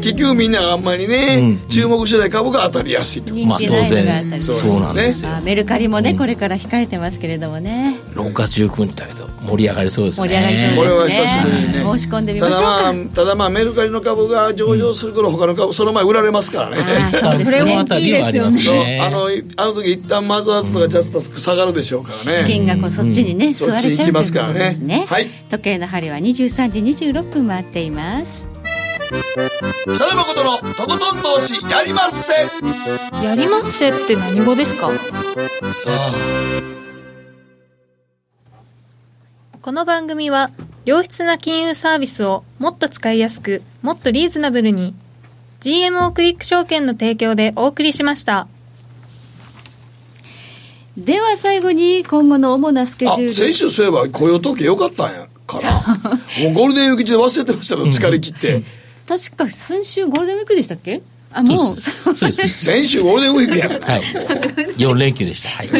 [SPEAKER 2] 結局みんながあんまりね、注目してない株が当たりやすいってこと
[SPEAKER 4] まあ当
[SPEAKER 3] 人気ないのが当たります
[SPEAKER 4] 然そうなんですよ
[SPEAKER 3] まあ、メルカリもね、これから控えてますけれどもね
[SPEAKER 4] 6月19日だけど盛り上がりそうですね
[SPEAKER 3] 盛り上がりそうですね
[SPEAKER 2] これは久しぶりにね
[SPEAKER 3] 申し込んでみ
[SPEAKER 2] た
[SPEAKER 3] ましょう
[SPEAKER 2] だま
[SPEAKER 3] か
[SPEAKER 2] あただまあメルカリの株が上場する頃他の株その前売られますからね
[SPEAKER 3] あーそう
[SPEAKER 4] (laughs)
[SPEAKER 3] です
[SPEAKER 4] そ
[SPEAKER 3] ね
[SPEAKER 4] のあたりはあります
[SPEAKER 2] そう
[SPEAKER 4] ね
[SPEAKER 2] あのあの時一旦マザーズとかジャスタスク下がるでしょうからね
[SPEAKER 3] 資金がこうそっちにね、吸われ
[SPEAKER 2] そっ
[SPEAKER 3] ちゃうというこ
[SPEAKER 2] ちに行きますか
[SPEAKER 3] と
[SPEAKER 2] らね
[SPEAKER 3] ですね
[SPEAKER 2] はい
[SPEAKER 3] 時計の針は23時26分回っています
[SPEAKER 2] 北野誠のとことん投資やりまっせ
[SPEAKER 1] やりますせって何語ですか
[SPEAKER 2] さあ
[SPEAKER 1] この番組は良質な金融サービスをもっと使いやすくもっとリーズナブルに GMO クリック証券の提供でお送りしました
[SPEAKER 3] では最後に今後の主なスケジュ
[SPEAKER 2] あ
[SPEAKER 3] ール
[SPEAKER 2] 先週そういえば雇用統計良かったんやからもうゴールデンウィーク中忘れてましたけど疲れ切って
[SPEAKER 3] 確か先週ゴールデンウィークでしたっけあもう
[SPEAKER 4] そうですそうですそうです
[SPEAKER 2] 先週ゴールデンウィークやから
[SPEAKER 3] (laughs)
[SPEAKER 4] はい4連休でしたはい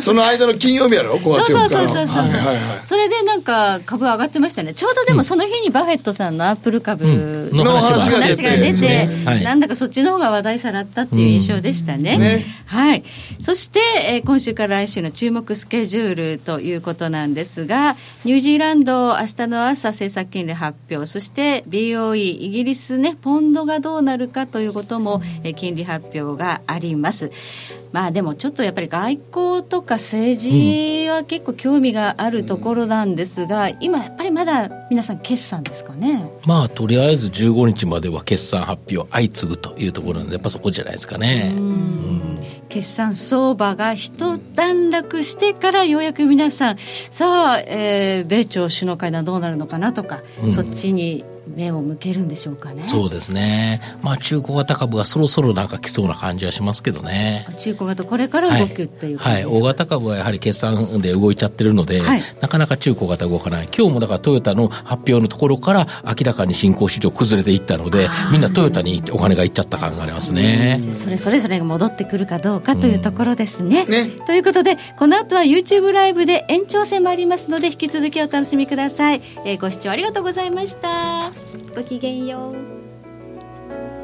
[SPEAKER 2] その間の金曜日やろ5
[SPEAKER 3] そう
[SPEAKER 2] 月
[SPEAKER 3] そ
[SPEAKER 2] 4日
[SPEAKER 3] うそう
[SPEAKER 2] の
[SPEAKER 3] そうそ
[SPEAKER 2] は
[SPEAKER 3] う、
[SPEAKER 2] いはいはい
[SPEAKER 3] それでなんか株上がってましたねちょうどでもその日にバフェットさんのアップル株、
[SPEAKER 4] うんの
[SPEAKER 2] 話が出
[SPEAKER 3] 話
[SPEAKER 2] て
[SPEAKER 3] が出て、
[SPEAKER 4] はい
[SPEAKER 3] なんだかそっちの方が話題さらったっていう印象でしたね。
[SPEAKER 2] うんね
[SPEAKER 3] はい。そして、えー今週から来週の注目スケジュールということなんですが、ニュージーランド、明日の朝政策金利発表、そして BOE、イギリスね、ポンドがどうなるかということも、えー金利発表があります。まあでもちょっとやっぱり外交とか政治は結構興味があるところなんですが、今やっぱりまだ皆さん決算ですかね。
[SPEAKER 4] まあとりあえず15日までは決算発表相次ぐというところなんでやっぱそこじゃないですかね
[SPEAKER 3] 決算相場が一段落してからようやく皆さんさあ、えー米朝首脳会談どうなるのかなとか、そっちに目を向けるんでしょうかね
[SPEAKER 4] そうですねまあ中古型株がそろそろなんか来そうな感じはしますけどね
[SPEAKER 3] 中古型これから動くっていうこと
[SPEAKER 4] は
[SPEAKER 3] で
[SPEAKER 4] い、
[SPEAKER 3] す
[SPEAKER 4] はい大型株はやはり決算で動いちゃってるので、
[SPEAKER 3] はい
[SPEAKER 4] なかなか中古型動かない今日もだからトヨタの発表のところから明らかに新興市場崩れていったのでみんなトヨタにお金がいっちゃった感がありますね、
[SPEAKER 3] それそれぞれが戻ってくるかどうかというところですね。
[SPEAKER 2] ね
[SPEAKER 3] ということでこの後は YouTube ライブで延長戦もありますので引き続きお楽しみください。えーご視聴ありがとうございました。ごきげんよう。